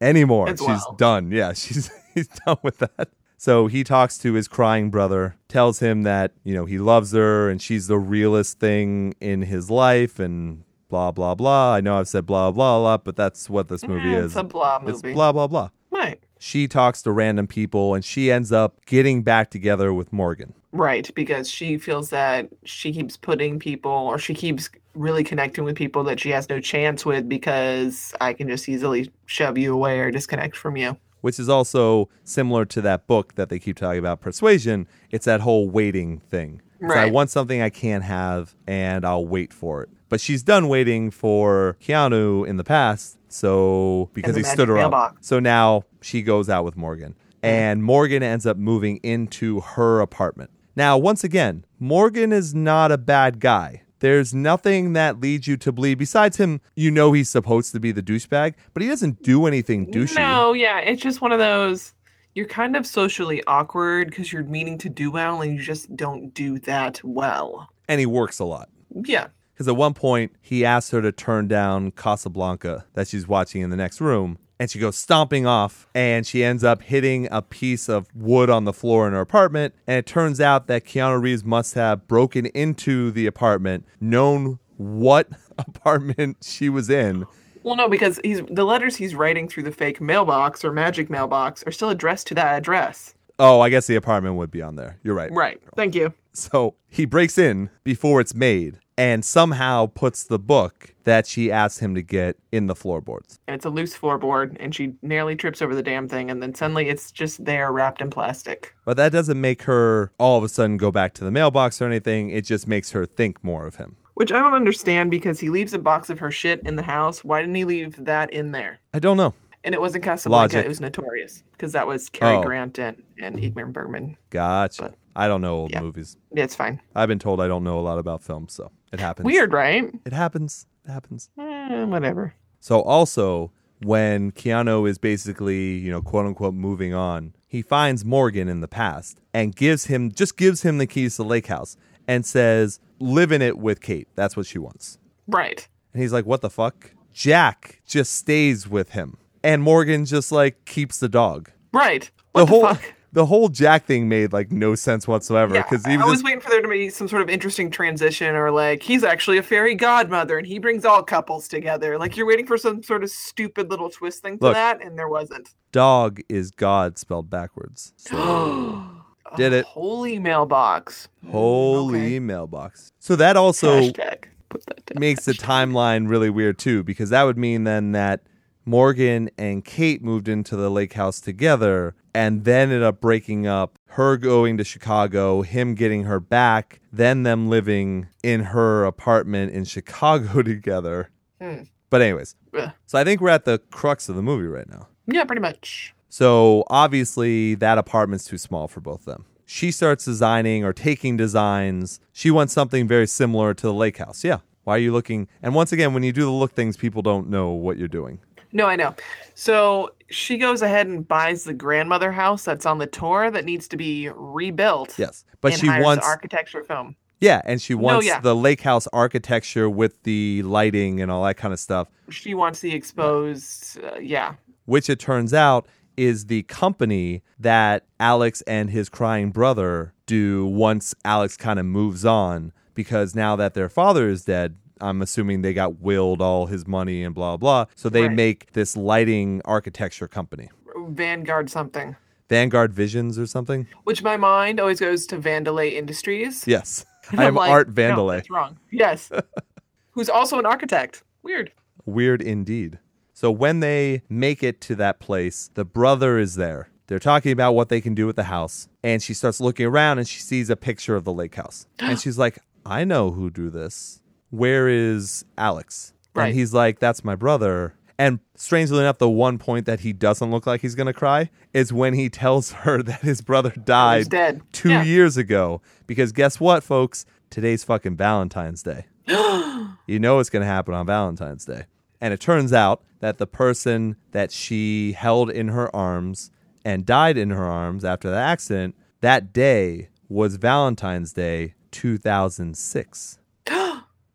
Speaker 3: anymore.
Speaker 4: As
Speaker 3: she's
Speaker 4: well.
Speaker 3: done. Yeah, she's he's done with that. So he talks to his crying brother, tells him that, you know, he loves her and she's the realest thing in his life and blah blah blah. I know I've said blah blah blah, but that's what this movie
Speaker 4: Yeah,
Speaker 3: is.
Speaker 4: It's a blah movie.
Speaker 3: It's blah blah blah.
Speaker 4: Right.
Speaker 3: She talks to random people and she ends up getting back together with Morgan.
Speaker 4: Right, because she feels that she keeps putting people or she keeps really connecting with people that she has no chance with because I can just easily shove you away or disconnect from you.
Speaker 3: which is also similar to that book that they keep talking about, Persuasion. It's that whole waiting thing. It's I
Speaker 4: Right.
Speaker 3: want something I can't have and I'll wait for it. But she's done waiting for Keanu in the past, so because
Speaker 4: the
Speaker 3: he
Speaker 4: magic
Speaker 3: stood her up.
Speaker 4: mailbox.
Speaker 3: So now she goes out with Morgan. And Morgan ends up moving into her apartment. Now, once again, Morgan is not a bad guy. There's nothing that leads you to believe besides him. You know he's supposed to be the douchebag, but he doesn't do anything douchey.
Speaker 4: No, yeah, it's just one of those. You're kind of socially awkward because you're meaning to do well and you just don't do that well.
Speaker 3: And he works a lot.
Speaker 4: Yeah.
Speaker 3: Because at one point, he asks her to turn down Casablanca that she's watching in the next room. And she goes stomping off, and she ends up hitting a piece of wood on the floor in her apartment. And it turns out that Keanu Reeves must have broken into the apartment, known what apartment she was in.
Speaker 4: Well, no, because he's the letters he's writing through the fake mailbox or magic mailbox are still addressed to that address.
Speaker 3: Oh, I guess the apartment would be on there. You're right.
Speaker 4: Right. Thank you.
Speaker 3: So he breaks in before it's made and somehow puts the book that she asked him to get in the floorboards.
Speaker 4: And it's a loose floorboard, and she nearly trips over the damn thing, and then suddenly it's just there wrapped in plastic.
Speaker 3: But that doesn't make her all of a sudden go back to the mailbox or anything. It just makes her think more of him.
Speaker 4: Which I don't understand because he leaves a box of her shit in the house. Why didn't he leave that in there?
Speaker 3: I don't know.
Speaker 4: And it wasn't Casablanca,
Speaker 3: Logic.
Speaker 4: it was Notorious, because that was Cary
Speaker 3: Oh. Mm-hmm.
Speaker 4: Grant and, and Ingmar Bergman.
Speaker 3: Gotcha.
Speaker 4: But-
Speaker 3: I don't know old
Speaker 4: Yeah.
Speaker 3: movies.
Speaker 4: Yeah, It's fine.
Speaker 3: I've been told I don't know a lot about films, so it happens.
Speaker 4: Weird, right?
Speaker 3: It happens. It happens.
Speaker 4: Eh, whatever.
Speaker 3: So also when Keanu is basically, you know, quote unquote moving on, he finds Morgan in the past and gives him just gives him the keys to the lake house and says, "Live in it with Kate. That's what she wants."
Speaker 4: Right.
Speaker 3: And he's like, "What the fuck?" Jack just stays with him. And Morgan just like keeps the dog.
Speaker 4: Right. What the,
Speaker 3: whole
Speaker 4: fuck?
Speaker 3: the whole Jack thing made like no sense whatsoever
Speaker 4: Yeah,
Speaker 3: cuz
Speaker 4: I
Speaker 3: even
Speaker 4: was
Speaker 3: this-
Speaker 4: waiting for there to be some sort of interesting transition, or like he's actually a fairy godmother and he brings all couples together. Like you're waiting for some sort of stupid little twist thing for
Speaker 3: Look.
Speaker 4: that, and there wasn't.
Speaker 3: dog is god spelled backwards. So Did
Speaker 4: Oh,
Speaker 3: it.
Speaker 4: Holy mailbox. Mm,
Speaker 3: holy
Speaker 4: okay.
Speaker 3: mailbox. So that also
Speaker 4: hashtag. Put that down.
Speaker 3: makes the timeline really weird too, because that would mean then that Morgan and Kate moved into the lake house together and then ended up breaking up, her going to Chicago, him getting her back, then them living in her apartment in Chicago together.
Speaker 4: Hmm.
Speaker 3: But, anyways,
Speaker 4: Ugh.
Speaker 3: so I think we're at the crux of the movie right now.
Speaker 4: Yeah, pretty much.
Speaker 3: So obviously, that apartment's too small for both of them. She starts designing or taking designs. She wants something very similar to the lake house. Yeah. Why are you looking? And once again, when you do the look things, people don't know what you're doing.
Speaker 4: No, I know. So she goes ahead and buys the grandmother house that's on the tour that needs to be rebuilt.
Speaker 3: Yes. But
Speaker 4: and
Speaker 3: she
Speaker 4: hires
Speaker 3: wants,
Speaker 4: architecture film.
Speaker 3: yeah, and she wants
Speaker 4: yeah.
Speaker 3: the lake house architecture with the lighting and all that kind of stuff,
Speaker 4: She wants the exposed. Uh, yeah.
Speaker 3: which it turns out is the company that Alex and his crying brother do once Alex kind of moves on because now that their father is dead, I'm assuming they got willed all his money and blah blah. So they
Speaker 4: Right.
Speaker 3: make this lighting architecture company.
Speaker 4: Vanguard something.
Speaker 3: Vanguard Visions or something?
Speaker 4: Which my mind always goes to Vandalay Industries.
Speaker 3: Yes.
Speaker 4: And
Speaker 3: I
Speaker 4: I'm
Speaker 3: am
Speaker 4: like,
Speaker 3: Art
Speaker 4: no,
Speaker 3: Vandalay.
Speaker 4: that's wrong. Yes. Who's also an architect. Weird.
Speaker 3: Weird indeed. So when they make it to that place, the brother is there. They're talking about what they can do with the house. And she starts looking around and she sees a picture of the lake house. And she's like, I know who do this. Where is Alex?
Speaker 4: Right.
Speaker 3: And he's like, That's my brother. And strangely enough, the one point that he doesn't look like he's going to cry is when he tells her that his brother
Speaker 4: He's
Speaker 3: died
Speaker 4: dead.
Speaker 3: two
Speaker 4: Yeah.
Speaker 3: years ago. Because guess what, folks? Today's fucking Valentine's Day. you know it's going to happen on Valentine's Day. And it turns out that the person that she held in her arms and died in her arms after the accident, that day was Valentine's Day 2006.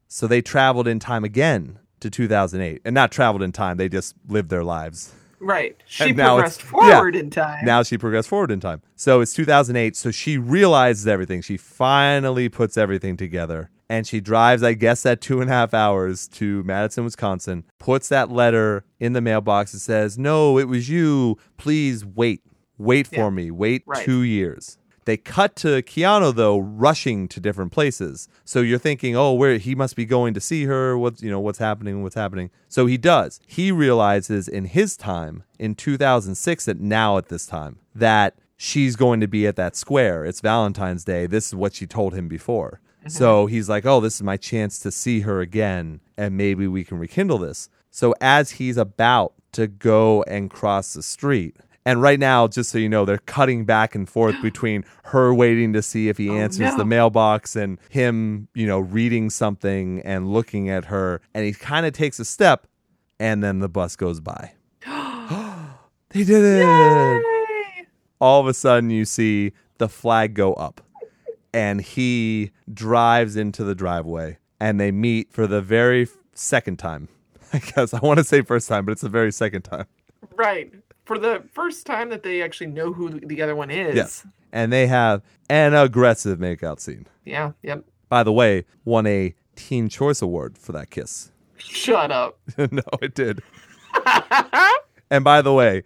Speaker 3: so they traveled in time again to 2008. And not traveled in time, they just lived their lives.
Speaker 4: Right. She
Speaker 3: And now it's-
Speaker 4: progressed
Speaker 3: yeah.
Speaker 4: forward in time.
Speaker 3: Now she progressed forward in time. So it's 2008. So she realizes everything. She finally puts everything together. And she drives, I guess, that two and a half hours to Madison, Wisconsin, puts that letter in the mailbox and says, No, it was you. Please wait. Wait for
Speaker 4: Yeah.
Speaker 3: me. Wait
Speaker 4: Right.
Speaker 3: two years. They cut to Keanu though rushing to different places. So you're thinking, oh, where he must be going to see her. What's you know what's happening? What's happening? So he does. He realizes in his time in 2006 that now at this time that she's going to be at that square. It's Valentine's Day. This is what she told him before. So he's like, oh, this is my chance to see her again, and maybe we can rekindle this. So as he's about to go and cross the street, And right now, just so you know, they're cutting back and forth between her waiting to see if he
Speaker 4: Oh,
Speaker 3: answers the
Speaker 4: no.
Speaker 3: mailbox and him, you know, reading something and looking at her. And he kind of takes a step, and then the bus goes by. they did it
Speaker 4: Yay!
Speaker 3: all of a sudden you see the flag go up and he drives into the driveway and they meet for the very f- second time i guess i want to say first time but it's the very second time
Speaker 4: Right. For the first time that they actually know who the other one is.
Speaker 3: yes and they have an aggressive makeout scene
Speaker 4: Yeah. Yep.
Speaker 3: by the way won a teen choice award for that kiss
Speaker 4: Shut up.
Speaker 3: no it did And by the way,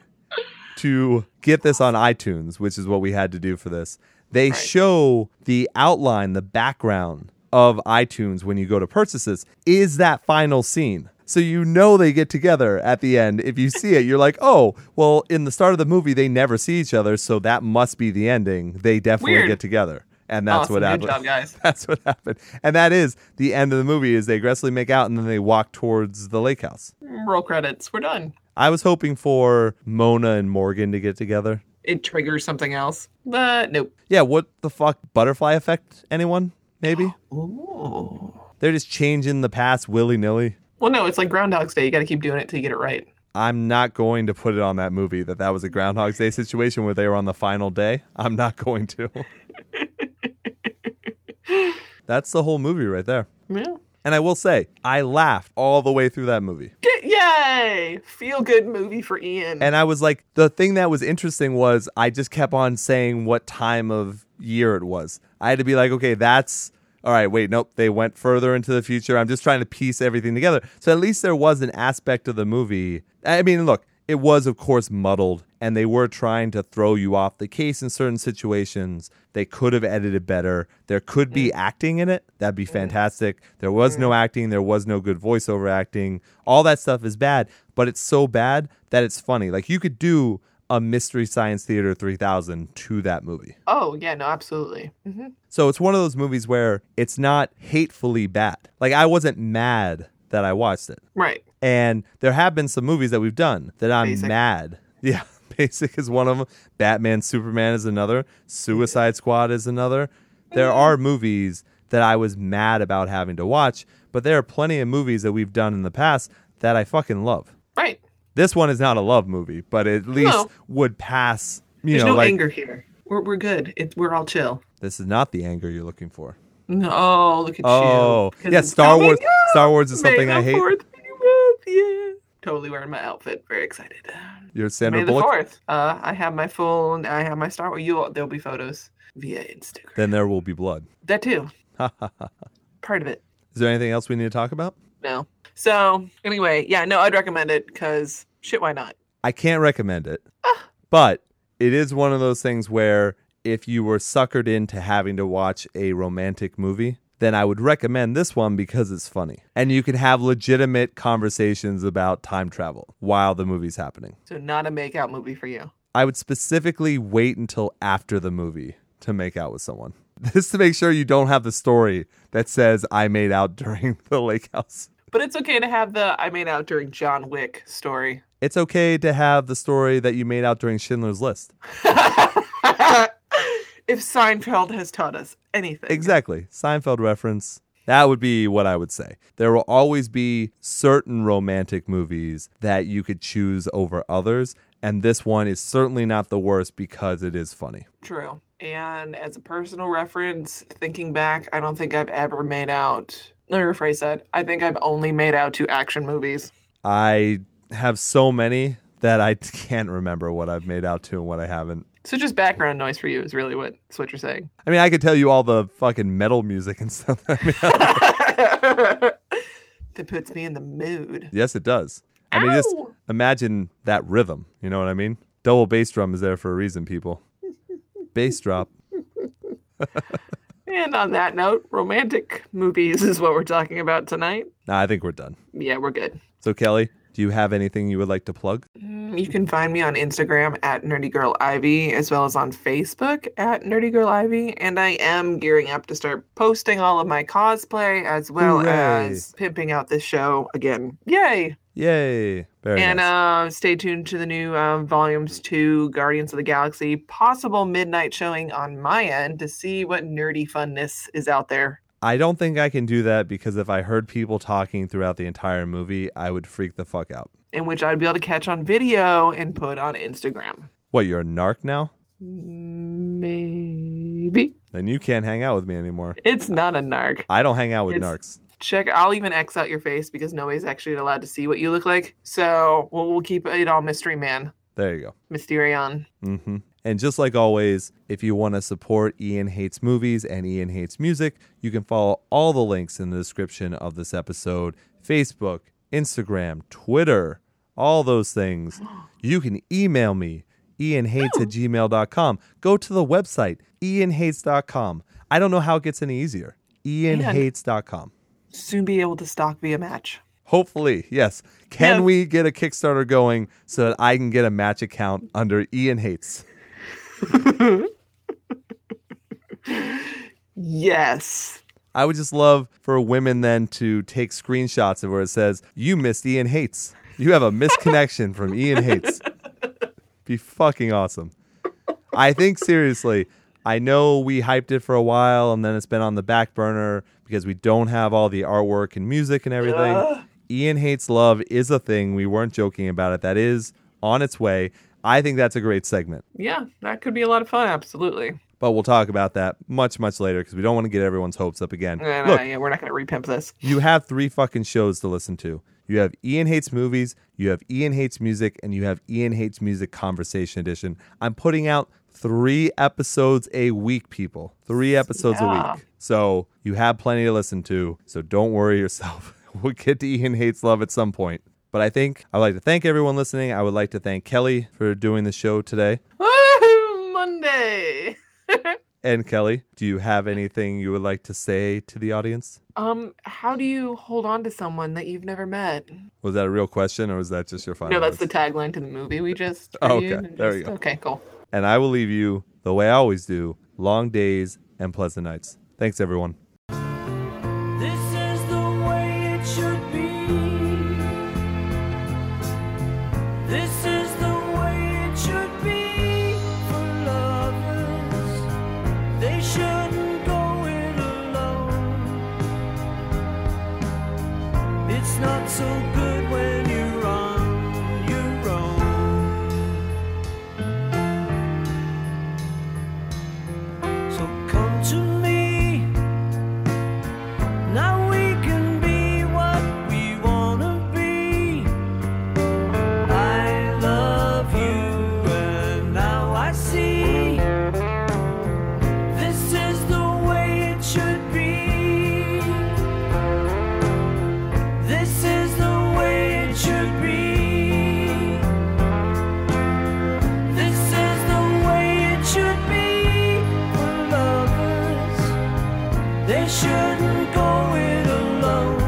Speaker 3: to get this on iTunes, which is what we had to do for this, they show the outline, the background of iTunes when you go to purchase this is that final scene. So you know they get together at the end. If you see it, you're like, "Oh, well, in the start of the movie they never see each other, so that must be the ending. They definitely
Speaker 4: Weird.
Speaker 3: get together." And that's
Speaker 4: awesome.
Speaker 3: what
Speaker 4: Good
Speaker 3: happened.
Speaker 4: job, guys.
Speaker 3: That's what happened. And that is the end of the movie is they aggressively make out and then they walk towards the lake house.
Speaker 4: Roll credits. We're done.
Speaker 3: I was hoping for Mona and Morgan to get together.
Speaker 4: It triggers something else, but nope.
Speaker 3: Yeah, what the fuck? Butterfly effect? Anyone? Maybe?
Speaker 4: Ooh.
Speaker 3: They're just changing the past willy nilly.
Speaker 4: Well, no, it's like Groundhog's Day. You got to keep doing it till you get it right.
Speaker 3: I'm not going to put it on that movie that that was a Groundhog's Day situation where they were on the final day. I'm not going to. That's the whole movie right there.
Speaker 4: Yeah.
Speaker 3: And I will say, I laughed all the way through that movie.
Speaker 4: Get, yay! Feel good movie for Ian.
Speaker 3: And I was like, the thing that was interesting was I just kept on saying what time of year it was. I had to be like, okay, that's all right. Wait, nope. They went further into the future. I'm just trying to piece everything together. So at least there was an aspect of the movie. I mean, look, it was, of course, muddled, and they were trying to throw you off the case in certain situations. They could have edited better. There could be acting in it. That'd be fantastic. There was no acting. There was no good voiceover acting. All that stuff is bad, but it's so bad that it's funny. Like, you could do a Mystery Science Theater 3000 to that movie.
Speaker 4: oh, yeah, no, absolutely. hmm
Speaker 3: So it's one of those movies where it's not hatefully bad. Like, I wasn't mad that I watched it.
Speaker 4: Right.
Speaker 3: And there have been some movies that we've done that I'm
Speaker 4: Basic.
Speaker 3: mad. Yeah, Basic is one of them. Batman, Superman is another. Suicide Squad is another. There are movies that I was mad about having to watch, but there are plenty of movies that we've done in the past that I fucking love.
Speaker 4: Right.
Speaker 3: This one is not a love movie, but at least
Speaker 4: No.
Speaker 3: would pass. You
Speaker 4: There's
Speaker 3: know,
Speaker 4: no
Speaker 3: like
Speaker 4: anger here. We're, we're good. It's we're all chill.
Speaker 3: this is not the anger you're looking for.
Speaker 4: No, look at
Speaker 3: Oh,
Speaker 4: you. 'Cause
Speaker 3: yeah,
Speaker 4: it's
Speaker 3: Star
Speaker 4: coming
Speaker 3: Wars.
Speaker 4: up.
Speaker 3: Star Wars is something
Speaker 4: May
Speaker 3: I
Speaker 4: the
Speaker 3: hate.
Speaker 4: fourth be with you. Totally wearing my outfit. Very excited.
Speaker 3: You're
Speaker 4: May
Speaker 3: Sandra
Speaker 4: the
Speaker 3: Bullock.
Speaker 4: fourth. Uh, I have my phone. I have my Star Wars. You. There'll be photos via Instagram.
Speaker 3: Then there will be blood.
Speaker 4: That too. Part of it.
Speaker 3: Is there anything else we need to talk about?
Speaker 4: No. So anyway, yeah, no, I'd recommend it because shit, why not?
Speaker 3: I can't recommend it, but it is one of those things where if you were suckered into having to watch a romantic movie, then I would recommend this one because it's funny and you can have legitimate conversations about time travel while the movie's happening.
Speaker 4: So not a makeout movie for you.
Speaker 3: I would specifically wait until after the movie to make out with someone. This to make sure you don't have the story that says I made out during the lake house.
Speaker 4: But it's okay to have the I made out during John Wick story.
Speaker 3: It's okay to have the story that you made out during Schindler's List.
Speaker 4: if Seinfeld has taught us anything.
Speaker 3: Exactly. Seinfeld reference. That would be what I would say. There will always be certain romantic movies that you could choose over others. And this one is certainly not the worst because it is funny.
Speaker 4: True. And as a personal reference, thinking back, I don't think I've ever made out. Let me rephrase that. I think I've only made out to action movies.
Speaker 3: I have so many that I can't remember what I've made out to and what I haven't.
Speaker 4: So just background noise for you is really what, is what you're saying.
Speaker 3: I mean, I could tell you all the fucking metal music and stuff. I mean,
Speaker 4: that puts me in the mood.
Speaker 3: yes, it does. I mean, just
Speaker 4: Ow!
Speaker 3: imagine that rhythm. You know what I mean? Double bass drum is there for a reason, people. Bass drop.
Speaker 4: And on that note, romantic movies is what we're talking about tonight.
Speaker 3: Nah, I think we're done.
Speaker 4: Yeah, we're good.
Speaker 3: So, Kelly, do you have anything you would like to plug?
Speaker 4: Mm, You can find me on Instagram at Nerdy Girl Ivy, as well as on Facebook at Nerdy Girl Ivy. And I am gearing up to start posting all of my cosplay as well
Speaker 3: Hooray.
Speaker 4: as pimping out this show again. Yay!
Speaker 3: Yay. Very
Speaker 4: and
Speaker 3: nice.
Speaker 4: uh, stay tuned to the new um, volumes two Guardians of the Galaxy possible midnight showing on my end to see what nerdy funness is out there.
Speaker 3: I don't think I can do that because if I heard people talking throughout the entire movie, I would freak the fuck out.
Speaker 4: In which I'd be able to catch on video and put on Instagram.
Speaker 3: What, you're a narc now?
Speaker 4: Maybe
Speaker 3: Then you can't hang out with me anymore.
Speaker 4: it's not a narc.
Speaker 3: I don't hang out with
Speaker 4: It's-
Speaker 3: narcs.
Speaker 4: Check. I'll even X out your face because nobody's actually allowed to see what you look like. So we'll, we'll keep it all mystery man,
Speaker 3: There you
Speaker 4: Mysterion.
Speaker 3: go. Mm-hmm. And just like always, if you want to support Ian Hates Movies and Ian Hates Music, you can follow all the links in the description of this episode Facebook, Instagram, Twitter, all those things. You can email me, ianhates at gmail.com. Go to the website, ianhates.com. I don't know how it gets any easier. ianhates.com.
Speaker 4: Soon be able to stalk via match.
Speaker 3: Hopefully, yes. Can
Speaker 4: Yeah.
Speaker 3: we get a Kickstarter going so that I can get a match account under Ian Hates?
Speaker 4: Yes.
Speaker 3: I would just love for women then to take screenshots of where it says, You missed Ian Hates. You have a misconnection from Ian Hates. Be fucking awesome. I think seriously, I know we hyped it for a while and then it's been on the back burner because we don't have all the artwork and music and everything. Ian Hates Love is a thing. We weren't joking about it. That is on its way. I think that's a great segment.
Speaker 4: Yeah, that could be a lot of fun. Absolutely.
Speaker 3: But we'll talk about that much, much later because we don't want to get everyone's hopes up again.
Speaker 4: And,
Speaker 3: Look,
Speaker 4: uh, yeah, we're not going to repimp this.
Speaker 3: you have three fucking shows to listen to. You have Ian Hates Movies, you have Ian Hates Music, and you have Ian Hates Music Conversation Edition. I'm putting out three episodes a week, people. Three episodes a
Speaker 4: Yeah.
Speaker 3: week. So you have plenty to listen to. So don't worry yourself. We'll get to Ian Hates Love at some point. But I think I'd like to thank everyone listening. I would like to thank Kelly for doing the show today.
Speaker 4: Woohoo, Monday.
Speaker 3: And Kelly, do you have anything you would like to say to the audience?
Speaker 4: Um, how do you hold on to someone that you've never met?
Speaker 3: Was that a real question or was that just your final?
Speaker 4: no, that's
Speaker 3: words?
Speaker 4: the tagline to the movie we just.
Speaker 3: Oh, okay.
Speaker 4: reviewed and
Speaker 3: There we
Speaker 4: just-
Speaker 3: go.
Speaker 4: Okay, cool.
Speaker 3: And I will leave you the way I always do long days and pleasant nights. Thanks, everyone.
Speaker 5: This is the way it should be. This is the way it should be for lovers. They shouldn't go it alone. It's not so good when you're on your own. So come to me. Now we can be what we wanna be. I love you, and now I see. This is the way it should be. This is the way it should be. This is the way it should be for lovers. They shouldn't go it alone.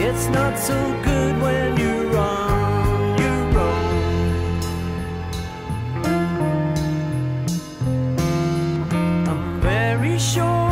Speaker 5: It's not so good when you're on your own. I'm very sure.